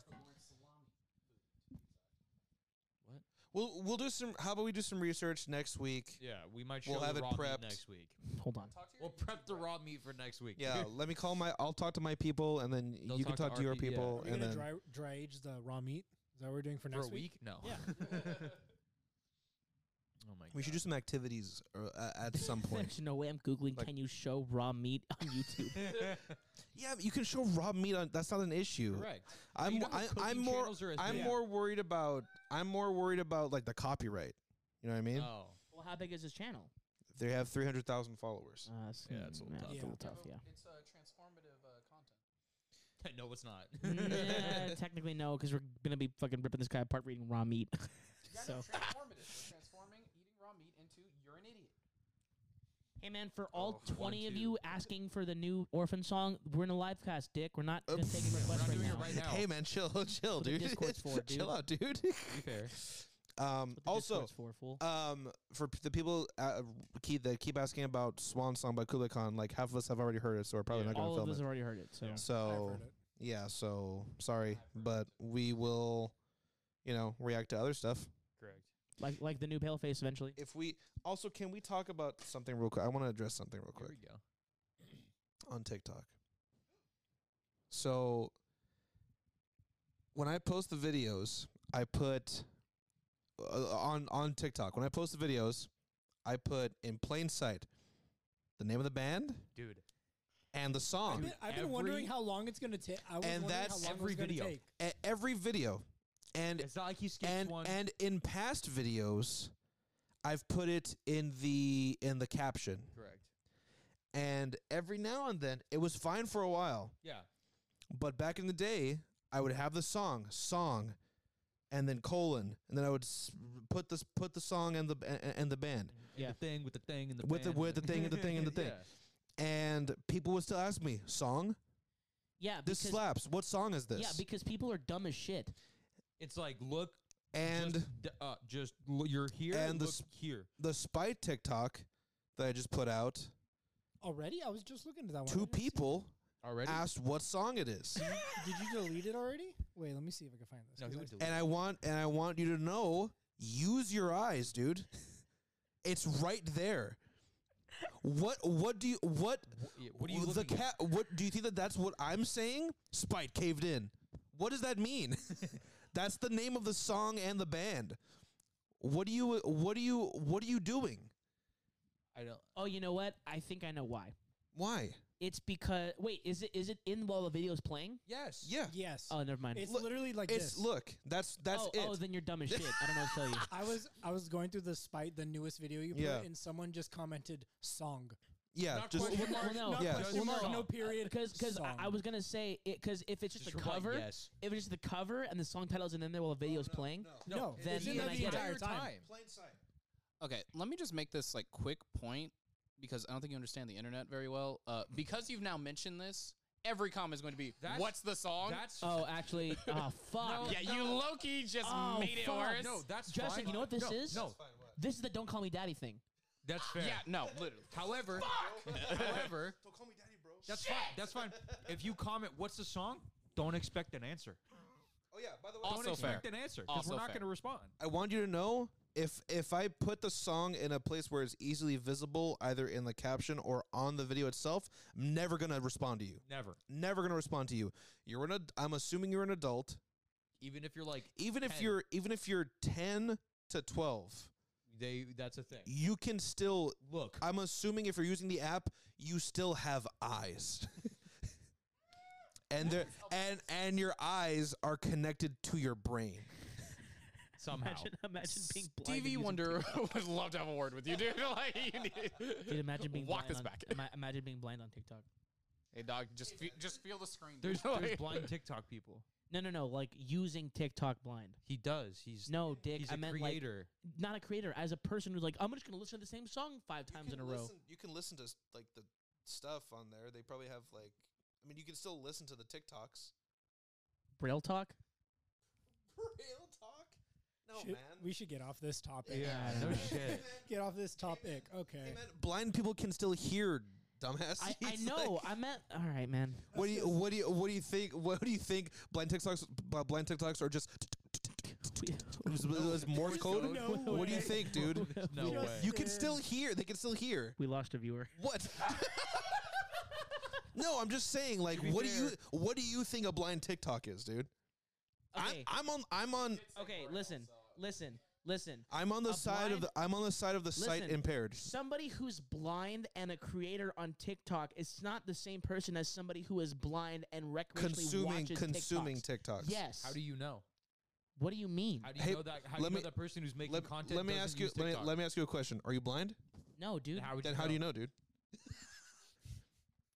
We'll we'll do some. How about we do some research next week? Yeah, we might show We'll have the it raw meat prepped. next week. Hold on. We'll prep the raw meat for next week. Yeah, let me call my. I'll talk to my people, and then They'll you can talk talk to to your our pe- yeah. people, Are we and gonna then dry dry age the raw meat? Is that what we're doing for for next a week? No. Yeah. oh my god. we should do some activities or, uh, at some point. There's no way I'm googling. Like- can you show raw meat on YouTube? yeah, but you can show raw meat on. That's not an issue. Correct. I'm You know the I, I'm cooking more channels are a I'm thing. more worried about I'm more worried about like the copyright. You know what I mean? Oh. well, how big is his channel? they have three hundred thousand followers. Uh, it's, Yeah, it's a mm, little It's a tough. little tough. Yeah. It's uh, transformative uh, content. no, it's not. Nah, technically no, because we're gonna be fucking ripping this guy apart for eating raw meat. Yeah, So- no, transformative. We're transforming eating raw meat into you're an idiot. hey man, for all Oh, twenty one, of two. you asking for the new orphan song, we're in a live cast, Dick. We're not Uh, just taking yeah, we're requests not right doing it now. right now. Hey man, chill, chill, what the dude. Discord's for, dude. Chill out, dude. be fair. Um, That's what the also, Discord's for, fool. um, for p- the people uh, keep, that keep asking about Swan Song by Kublai Khan, like half of us have already heard it, so we're probably Yeah. not all of going to us film have already heard it. So Yeah. it. I've So heard it. yeah, so sorry, but we will, you know, react to other stuff. Correct. like like the new pale face eventually. If we also can we talk about something real quick? I want to address something real Here quick we go. on TikTok. So when I post the videos, I put uh, on on TikTok. When I post the videos, I put in plain sight the name of the band Dude. and the I've song. been, I've been every- wondering how long it's going to take. I was And wondering that's how long every it was gonna video. Take. E- every video and It's not like he skips and one. and in past videos, I've put it in the in the caption. Correct. And every now and then, it was fine for a while. Yeah. But back in the day, I would have the song, song, and then colon, and then I would s- put this put the song and the b- a- a- and the band. Yeah. The thing with the thing and the With the- band and with the thing and the thing and the thing. Yeah. And people would still ask me, "Song? Yeah, This because slaps. What song is this?" yeah, because people are dumb as shit. It's like look and just, d- uh, just l- you're here and and the look s- here. the spy TikTok that I just put out, Already? I was just looking at that one. I two didn't see it. people Already? asked what song it is, Did you delete it already? Wait, let me see if I can find this. no, 'cause he I would s- delete. and I want and I want you to know, use your eyes, dude. It's right there. What what do you what Wh- yeah, what are you Well, the looking at? cat? What do you think that that's what I'm saying? Spite caved in. What does that mean? that's the name of the song and the band. What do you? What do you? What are you doing? I don't. Oh, you know what? I think I know why. Why? It's because wait, is it is it in while the video's playing? Yes. Yeah, Yes. Oh, never mind. it's look- literally like it's this. look. That's that's oh, it. oh, then you're dumb as shit. I don't know what to tell you. I was I was going through the spite, the newest video you put, Yeah. and someone just commented song. yeah, Not just question well, mark, no, not yeah. question Question Well, mark, no, no mark. period. Because because Uh, I, I song. was gonna say it because if it's just, Just the reply cover, Yes. if it's just the cover and the song title's in there while the video's playing, No, it's then- in then there I the get it. entire time. Plain sight. Okay, let me just make this like quick point because I don't think you understand the internet very well. Uh, because you've now mentioned this, every comment is going to be, That's- "What's the song?" That's oh, actually, ah, fuck. No, yeah, you no. Loki just Oh, made it fuck. worse. no. That's Justin, fine. you know what this No, is? No, This is the "Don't Call Me Daddy" thing. that's fair. yeah, no, literally. However, however, Don't call me daddy, bro. that's fine. That's fine. If you comment, what's the song? Don't expect an answer. Oh yeah. By the way, Also Don't expect fair. an answer because Also we're not fair. going to respond. I want you to know if if I put the song in a place where it's easily visible, either in the caption or on the video itself, I'm never gonna respond to you. Never. Never gonna respond to you. You're an. Ad- I'm assuming you're an adult. Even if you're like Even if 10. you're even if you're ten to twelve, they, that's a thing. you can still. Look, I'm assuming if you're using the app, you still have eyes. and they're and and your eyes are connected to your brain. somehow. Imagine, imagine being blind. and Stevie using Wonder TikTok. would love to have a word with you, dude. like, you need, Dude, imagine being walk blind this on, back. ima- imagine being blind on TikTok. Hey, dog, just fe- just feel the screen. There's, dude. there's Like- blind TikTok people. No, no, no. Like using TikTok blind. He does. He's No, Dick. He's I a meant creator. like not a creator, as a person who's like, I'm just gonna listen to the same song five times in a row. You can listen to like the stuff on there. They probably have like. I mean, you can still listen to the TikToks. Braille talk. Real talk. No Should- We should get off this topic. Yeah, no Yeah. shit. Get off this topic. Okay. Blind people can still hear, dumbass. I, I It's know. like- I meant. All right, man. what do you what do you what do you think? What do you think? Blind TikToks, b- blind TikToks are just it was- it was Morse code. No What do you way. think, dude? No just- way. You can still hear. They can still hear. We lost a viewer. What? no, I'm just saying. Like, what do you what do you think a blind TikTok is, dude? Okay. I'm, I'm on I'm on okay. Listen. Listen. Listen. I'm on the A side of blind- the I'm on the side of the sight Listen. impaired. Somebody who's blind and a creator on TikTok is not the same person as somebody who is blind and recreationally Consuming watches consuming TikToks. TikTok. Yes. How do you know? what do you mean? How do you Hey, know that? How do let you know me- that person who's making Let, content? let me doesn't ask you use let me, TikTok? let me ask you a question. Are you blind? no, dude. Then How would Then how do you know, dude?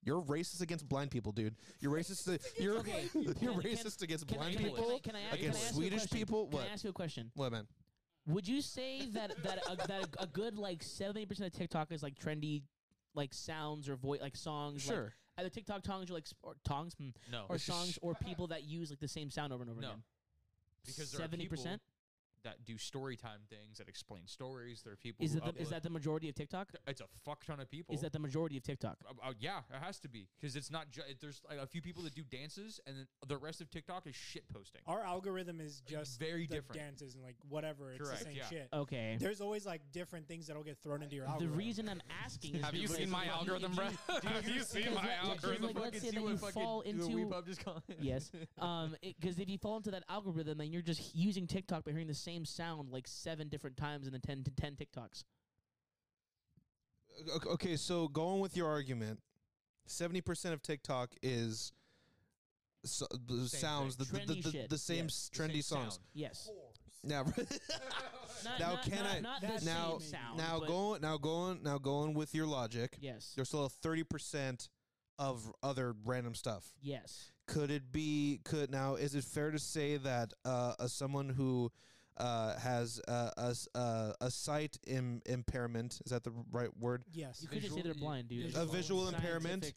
You're racist against blind people, dude. You're racist. you're Okay. you're Can- racist against Can I- blind can I- people. can I- can I ask- against can I ask you a Swedish question? people? Can What? I ask you a question? What man? Would you say that that a, that a, a good like seventy percent of TikTok is like trendy, like sounds or voice like songs? like, Sure. either TikTok tongs or like s- or tongs hmm, Oh, No, or songs or people that use like the same sound over and over No. again? because there are seventy people percent that do story time things that explain stories. There are people. is who that the, is upload- that the majority of TikTok? It's a fuck ton of people. Is that the majority of TikTok? Uh, uh, yeah, it has to be because it's not. Ju- it- there's like, a few people that do dances, and then the rest of TikTok is shit posting. Our algorithm is just very the different. dances and like whatever. It's Correct, the same yeah. shit. Okay. There's always like different things that'll get thrown into your The algorithm. reason I'm asking is Have you because seen my if you- algorithm, if bro? you- Have you seen because my what- what- because, algorithm? like, let's say that you fall into yes. Um, because if you fall into that algorithm, then you're just using TikTok but hearing the same sound like seven different times in the ten to ten TikToks. O- Okay, so going with your argument, seventy percent of TikTok is so, the Same sounds the, thing. the, Trendy the, the, shit. the same Yeah. s trendy songs. Yes. Now, Not, Now not, can not, I- Not That's the now- same sound. now but going now going now going with your logic, Yes. there's still a thirty percent of other random stuff. Yes. Could it be? Could now? Is it fair to say that uh, uh, someone who uh, has uh, a s- uh, a sight Im- impairment is that the right word? yes, You could just say they're Visual- blind, dude. visual A visual impairment.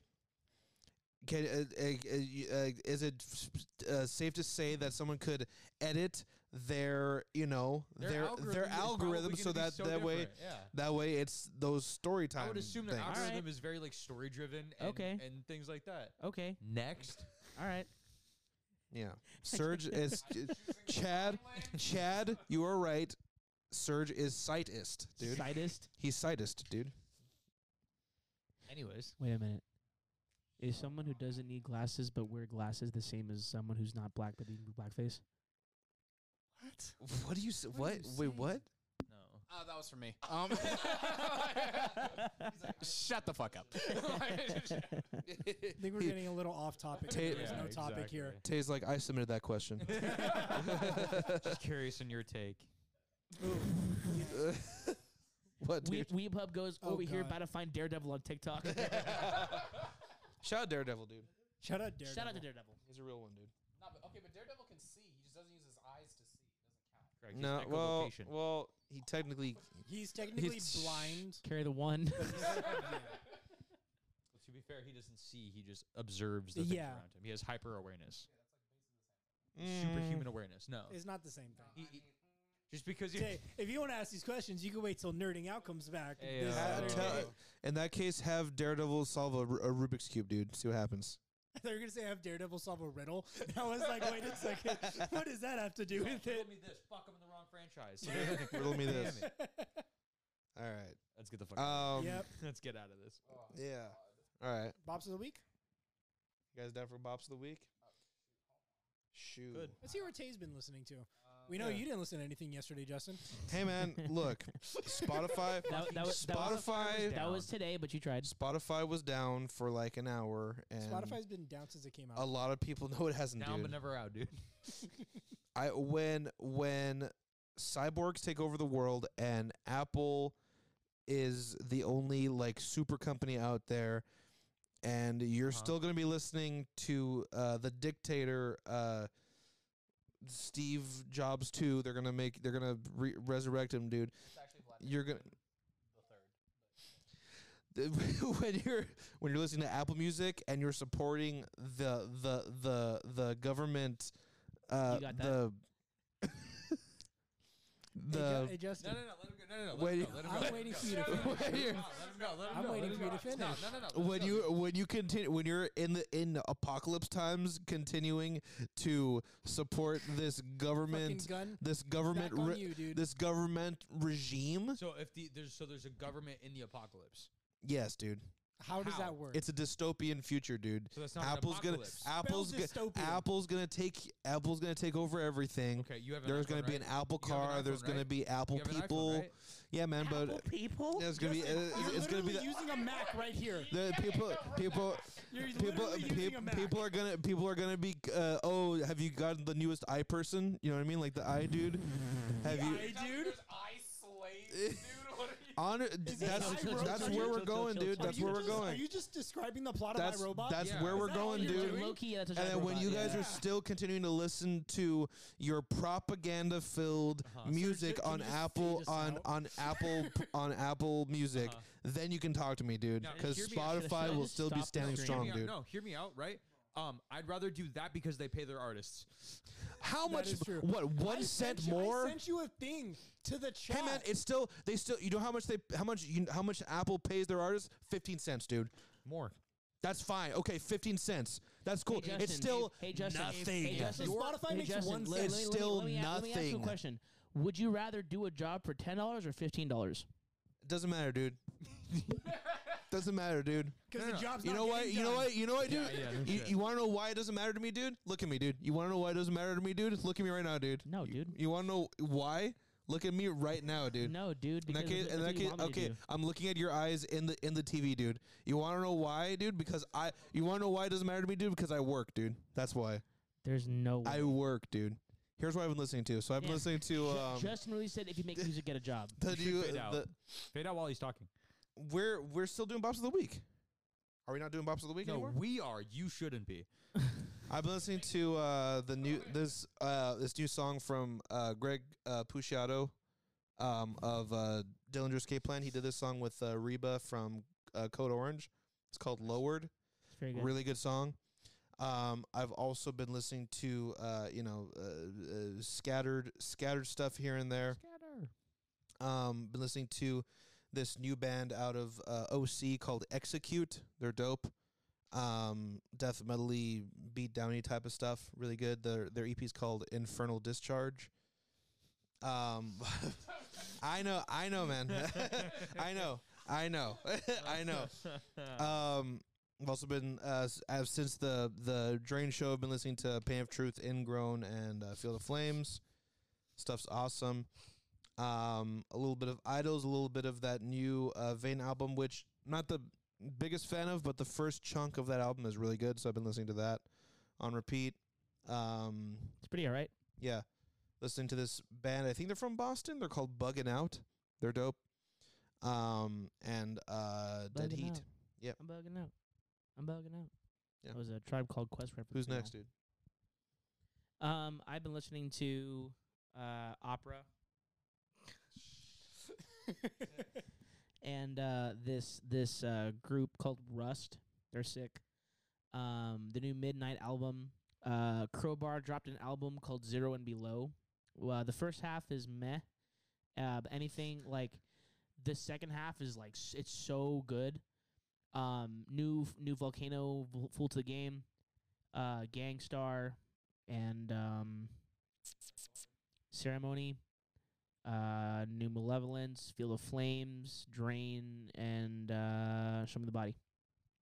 Scientific- Can, uh, uh, uh, y- uh, is it s- uh, safe to say that someone could edit their, you know, Their their algorithm, their is algorithm probably so gonna be that so that way different, yeah. that way it's those story time. I would assume their things. Alright. algorithm is very like story driven. And, Okay. and things like that. Okay. Next, All right. Yeah, Serge is Chad. Chad, you are right. Serge is sightist, dude. Sidist. He's sightist, dude. anyways, Wait a minute. Is someone who doesn't need glasses but wear glasses the same as someone who's not black but they do blackface? What do you? s what? Wait, what? no. Ah, that was for me. Um, shut the fuck up. I think we're He- getting a little off topic. Ta- here. There's Yeah, no topic here. Tay's like I submitted that question. Just curious in your take. what, We, dude? Weebhub goes Oh, over here God. about to find Daredevil on TikTok. Shout out Daredevil, dude. Shout out Daredevil. Shout out to Daredevil. He's a real one, dude. No, but okay, but Daredevil can see. He just doesn't use his eyes to see. Correct, No, just well, echolocation. well, he technically. He's technically He's- blind. Carry the one. to be fair, he doesn't see. He just observes the things Yeah. around him. He has hyper awareness, Mm. Mm. superhuman awareness. No, It's not the same thing. He- he- just because you. Hey, if you want to ask these questions, you can wait till nerding out comes back. Hey, this uh, Ha- Saturday. tell- in that case, have Daredevil solve a, Ru- a Rubik's cube, dude. See what happens. I thought you were gonna say have Daredevil solve a riddle. And I was like, wait a second, what does that have to do Don't with riddle it? me this. Fuck, I'm in the wrong franchise. Riddle me Damn this. it. All right. Let's get the fuck. out Um, yep. of here. Let's get out of this. Yeah. All right. Bops of the week. You guys down for Bops of the Week? Shoo. Good. Let's hear what Tay's been listening to. We know yeah. you didn't listen to anything yesterday, Justin. Hey man, look, Spotify. That, that was, that was- Spotify. that was today, but you tried. Spotify was down for like an hour, and Spotify's been down since it came a out. lot of people know it hasn't. Down dude. but never out, dude. I when when cyborgs take over the world and Apple is the only like super company out there and you're Uh-huh. still going to be listening to uh, the dictator uh, Steve Jobs too. They're going to make they're going to re- resurrect him, dude. It's actually Vladimir You're going to the third. when you're when you're listening to Apple Music and you're supporting the the the the government uh You got the Hey, Ju- the hey, Justin. No, no, no. Let him go. No, no, no. Wait. Let him go. Let him go. I'm let him waiting go. for you to No, no, no, Let him go. Let him go. Let him go. Let him finish. I'm waiting for you to go. No, finish. no, no, no. Let when him you go. when you continue when you're in the in apocalypse times continuing to support this fucking government gun. this government Back on re- you, dude. this government regime So if the there's so there's a government in the apocalypse. yes dude how, does how? that work? it's a dystopian future dude So that's not apple's an gonna apocalypse. apple's Spell gonna dystopian. apple's gonna take apple's gonna take over everything okay, you have. An There's going going to to be an Apple You have an car. iPhone, there's going to right? be Apple You have an iPhone, people. right? Yeah, man, Apple but people. yeah, it's going to be uh, You're it's, going to be literally the, using a Mac right here. the people people You're people literally peop- using a Mac. people are going to people are going to be uh, oh, have you gotten the newest i person? You know what I mean? Like the i dude. Have you Hey, dude. I slave, dude, What are you? honor this that's I, Robot? that's Are where you we're just- going, dude. are That's you where we're just, Are going. you just describing the plot of That's my robot? that's Yeah. where Is we're that what going, you're dude. doing? Loki, that's a And then when you guys yeah. are still continuing to listen to your propaganda-filled Uh-huh. So music ju- can on you just Apple fade us on out? on Apple p- on Apple Music, Uh-huh. then you can talk to me, dude. Now, Because hear me out. Spotify Should I will just still be stop the standing stream? strong, Hear me dude. out. No, hear me out, right? Um, I'd rather do that because they pay their artists. How much? is true. What I one sent cent you- I more? sent you a thing to the chat. Hey man, it's still they still. You know how much they how much you, how much Apple pays their artists? Fifteen cents, dude. More. That's fine. Okay, fifteen cents. That's cool. Hey, it's Justin. still Hey, Justin. nothing. Hey, Justin. Your- Spotify Hey, makes Justin, one let- let cent. me- It's let me- still let me a- Let me ask you nothing. a question. Would you rather do a job for ten dollars or fifteen dollars? Doesn't matter, dude. Doesn't matter, dude. because No, no, the job's You not know what? getting You know done. what? You know what, dude? Yeah, yeah, no you shit. you want to know why it doesn't matter to me, dude? Look at me, dude. You want to know why it doesn't matter to me, dude? Look at me right now, dude. No, You- dude. You, want to know why? Look at me right now, dude. No, dude. In that because case, that's in what that you case, want me to okay, do. I'm looking at your eyes in the in the TV, dude. You want to know why, dude? Because I, you want to know why it doesn't matter to me, dude? Because I work, dude. That's why There's no way. I work, dude. Here's what I've been listening to. So I've been Yeah. listening to Ju- um, Justin really said if you make music, get a job. the should new, fade out. the, Fade out while he's talking. we're we're still doing bops of the week. Are we not doing bops of the week No, anymore? we are. You shouldn't be. I've been listening to uh, the new this uh, this new song from uh, Greg uh, Puciato um, of uh, Dillinger Escape Plan. He did this song with uh, Reba from uh, Code Orange. It's called Lowered. It's very good. Really good song. Um, I've also been listening to uh, you know uh, uh, scattered scattered stuff here and there. Um, been listening to this new band out of uh, OC called Execute. They're dope. Um, death metally beat downy type of stuff. Really good. Their their EP is called Infernal Discharge. Um, I know, I know, man. I know, I know, I know. Um, I've also been uh, s- I've since the the Drain show. I've been listening to Pain of Truth, Ingrown, and uh, Field of Flames. Stuff's awesome. Um, a little bit of Idols, a little bit of that new uh, Vane album, which I'm not the biggest fan of, but the first chunk of that album is really good. So I've been listening to that on repeat. Um, It's pretty all right. yeah, listening to this band. I think they're from Boston. They're called Buggin' Out. They're dope. Um, and uh, Dead Bugging Heat. out. Yep. I'm bugging out. I'm bugging out. Yeah. That was a tribe called Quest reference. Who's now. next, dude? Um, I've been listening to uh, opera and uh, this this uh, group called Rust. They're sick. Um, the new Midnight album. Uh, Crowbar dropped an album called Zero and Below. Well, the first half is meh. Uh, but anything like the second half is like s- it's so good. Um, new new volcano Vol- fool to the game. Uh, Gangstar and um, ceremony, uh, new malevolence, field of flames, drain, and uh, show me the body.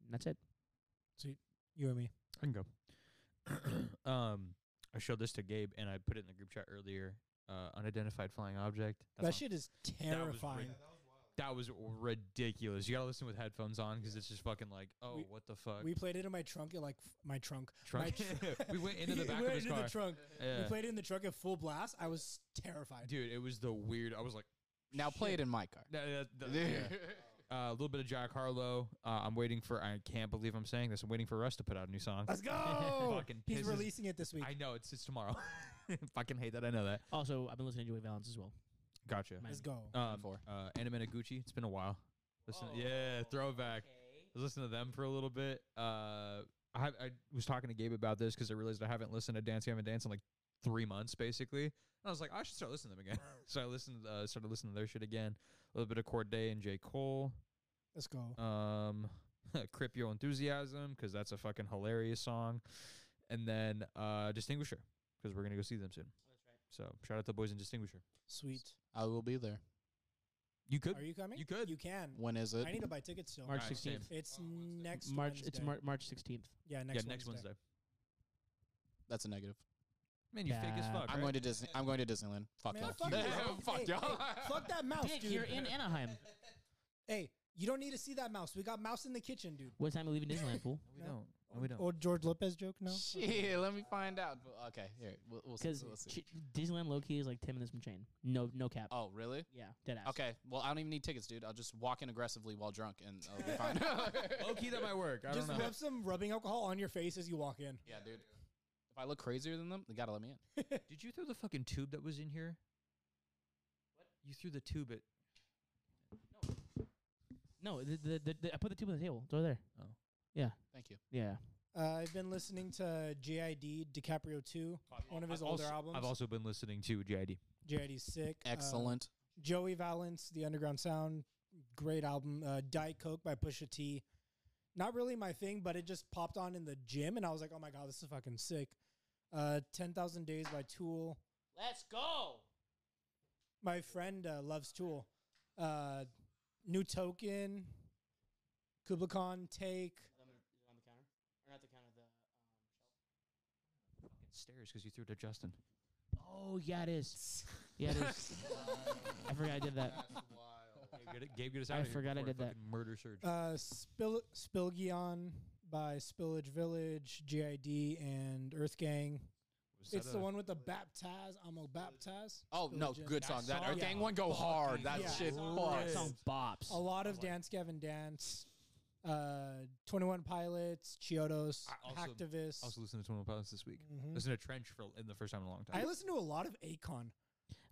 And that's it. You and me. I can go. um, I showed this to Gabe and I put it in the group chat earlier. Uh, unidentified flying object. That's that on- shit is was rid- terrifying. that was ridiculous. You gotta listen with headphones on because it's just fucking like, oh, We- what the fuck? We played it in my trunk. It like f- my trunk. Trunk. My tr- we went into the We back went of his into car. The trunk. We Yeah. played it in the trunk at full blast. I was terrified. Dude, it was the weird. I was like, Now play it in my car. that, that, that- yeah. Uh, a little bit of Jack Harlow. Uh, I'm waiting for. I can't believe I'm saying this. I'm waiting for Russ to put out a new song. Let's go. Fucking He's pisses- releasing it this week. I know it's it's tomorrow. Fucking hate that. I know that. Also, I've been listening to Joey Valance as well. Gotcha. Man. Let's go. Um, Four. uh, Anime Gucci. It's been a while. Listen, yeah, throwback. I was listening to them for a little bit. Uh, I have- I was talking to Gabe about this because I realized I haven't listened to Dance Gavin Dance in like three months basically. And I was like, I should start listening to them again. so I listened, uh, started listening to their shit again. A little bit of Corday and J Cole. Let's go. Um, Crip Your Enthusiasm because that's a fucking hilarious song. And then uh, Distinguisher because we're gonna go see them soon. So shout out to the boys in Distinguisher. Sweet. I will be there. You could. Are you coming? you could. You can. When is it? Mm. I need to buy tickets still. March Alright, sixteenth. same. It's next March. Wednesday. It's Mar- March sixteenth. Yeah, yeah, next next Wednesday. That's a negative. Man, you fake as Yeah. fuck. I'm right? going to Disney. I'm going to Disneyland. Fuck Man, y'all. fuck you. Fuck Hey, y'all. hey, fuck that mouse, Oh, Dick, dude. you're in Anaheim. hey, you don't need to see that mouse. We got mouse in the kitchen, dude. What time are we leaving Disneyland, fool? We don't. No, we don't. Or George Lopez joke? No. Shit, let me find out. Well, Okay, here we'll, we'll see. Because We'll see. Disneyland low key is like ten minutes from chain. No, no cap. oh, really? Yeah, dead ass. Okay. Well, I don't even need tickets, dude. I'll just walk in aggressively while drunk, and I'll be fine. Low key, that might work. I Just don't know. rub some rubbing alcohol on your face as you walk in. yeah, dude. If I look crazier than them, they gotta let me in. Did you throw the fucking tube that was in here? What? You threw the tube at. No, the, the, the, the- I put the tube on the table. It's over there. Thank you. Yeah. Uh, I've been listening to JID DiCaprio 2, one of his older albums. I've also been listening to JID. JID's sick. Uh, Excellent. Joey Valance, The Underground Sound, great album. Uh, Diet Coke by Pusha T. Not really my thing, but it just popped on in the gym, and I was like, oh my God, this is fucking sick. Uh, 10,000 Days by Tool. Let's go. My friend uh, loves Tool. Uh, New Token, Kubla Khan, Take. On the counter, or not the counter? Stairs because you threw it at Justin. Oh yeah, it is. Yeah, it is. I forgot I did that. Gabe, get us I out of here forgot I before did that. fucking Murder surge. Uh, Spil- Spilgion by Spillage Village, GID, and Earth Gang. Was It's that the a- one with the baptize. I'm a baptize. Oh no, Spillage. good song. That song Earth Gang yeah. one go hard. Fucking That yeah. shit That That fucks. song bops. A lot I of like- Dance Gavin Dance, uh, 21 Pilots, Chiodos, I also- Hacktivists. I was listening to Twin Pilots this week. Mhm. Listen to Trench for in the first time in a long time. I listen to a lot of Akon.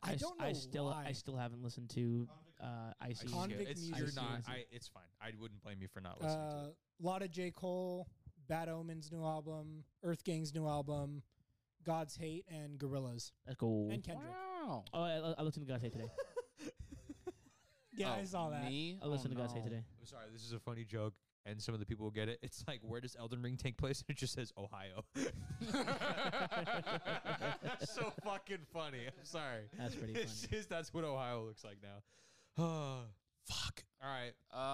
I, s- don't know I still, why. I still haven't listened to uh, I Icy. just- Convict it's, You're music. not. I, it's fine. I wouldn't blame you for not a listening to it. Uh, lot of J. Cole, Bad Omen's new album, Earth Gang's new album, God's Hate, and Gorillas. Let's go. And Kendrick. Wow. Oh, I, I listened to God's Hate today. Yeah, Oh, I saw that. Me? I listened oh, to God's Hate no. today. I'm sorry. This is a funny joke, and some of the people will get it. It's like, where does Elden Ring take place? And it just says Ohio. so fucking funny. I'm sorry. That's pretty It's funny. just that's what Ohio looks like now. Fuck. All right.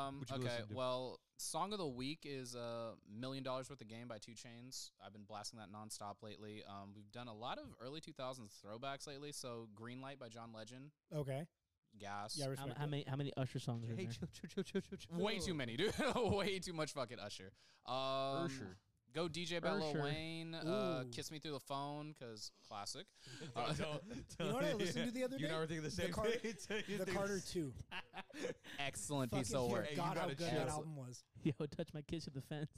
Um, What'd you okay, listen to? well, song of the week is a million dollars worth of game by Two Chains. I've been blasting that nonstop lately. Um, we've done a lot of early 2000s throwbacks lately. So, Green Light by John Legend, Okay. gas. Yeah, How, respect. how many, how many Usher songs are in Hey, there? chill, chill, chill, chill, chill, chill. way too many, dude. way too much fucking Usher. Um, Usher. Go DJ by Lil Usher. Wayne. Uh, Ooh. Kiss me through the phone, cause classic. Don't- Uh, don't- You know what I don't- listened to yeah. the other You day? never think the The same Carter- thing. So you The think- Carter 2. Excellent Fucking piece of work. hear- you God, how gotta good that chill. album was. Yo, touch my kiss at the fence.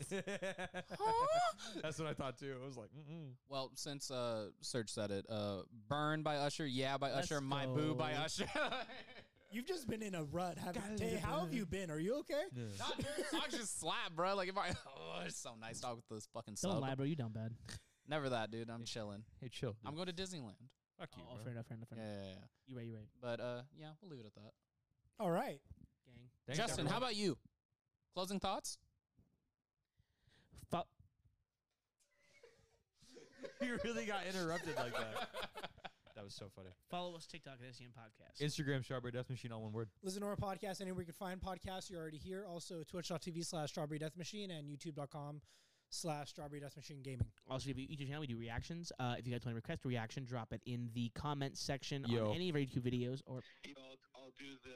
That's what I thought too. I was like, mm-mm. Well, since uh, Search said it, uh, Burn by Usher, Yeah by Let's Usher, My Boo by go. Usher. You've just been in a rut. Haven't, Gotta Tay, live how have life. you been? Are you okay? Nah, dude, the song just slap, bro. Like if I, oh, it's so nice talk with this fucking Don't sub. lie, bro. You done bad. Never that, dude. I'm chilling. Hey, chill. I'm dude. going to Disneyland. Fuck you. oh, bro. fair enough, fair enough, fair Yeah, enough. yeah, yeah. You right, you right. But uh, yeah, we'll leave it at that. All right. Gang. Thanks, Justin, everyone. how about you? Closing thoughts? Fo- you really got interrupted like that? That was so funny. follow us TikTok at SCM Podcast. Instagram, Strawberry Death Machine, all one word. Listen to our podcast anywhere you can find podcasts. You're already here. Also, twitch.tv slash strawberry death machine and youtube.com slash Strawberry Death Machine Gaming. Also, if you each channel, we do reactions. Uh, if you guys want to request a reaction, drop it in the comment section Yo. on any of our YouTube videos. Or you know, I'll, I'll do the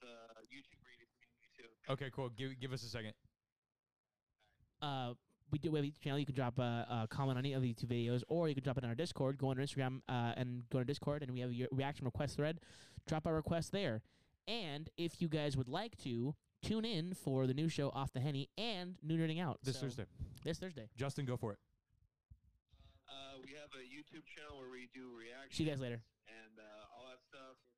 the YouTube reading for you too. Okay, cool. Give give us a second. uh, we do we have each channel. You can drop a, a comment on any of the YouTube videos, or you can drop it on our Discord. Go on our Instagram uh, and go to Discord, and we have your reaction request thread. Drop our request there. And if you guys would like to tune in for the new show Off the Henny and New Nerding Out This So, Thursday, This Thursday. Justin, go for it. Uh, we have a YouTube channel where we do reactions See you guys later. and uh, all that stuff.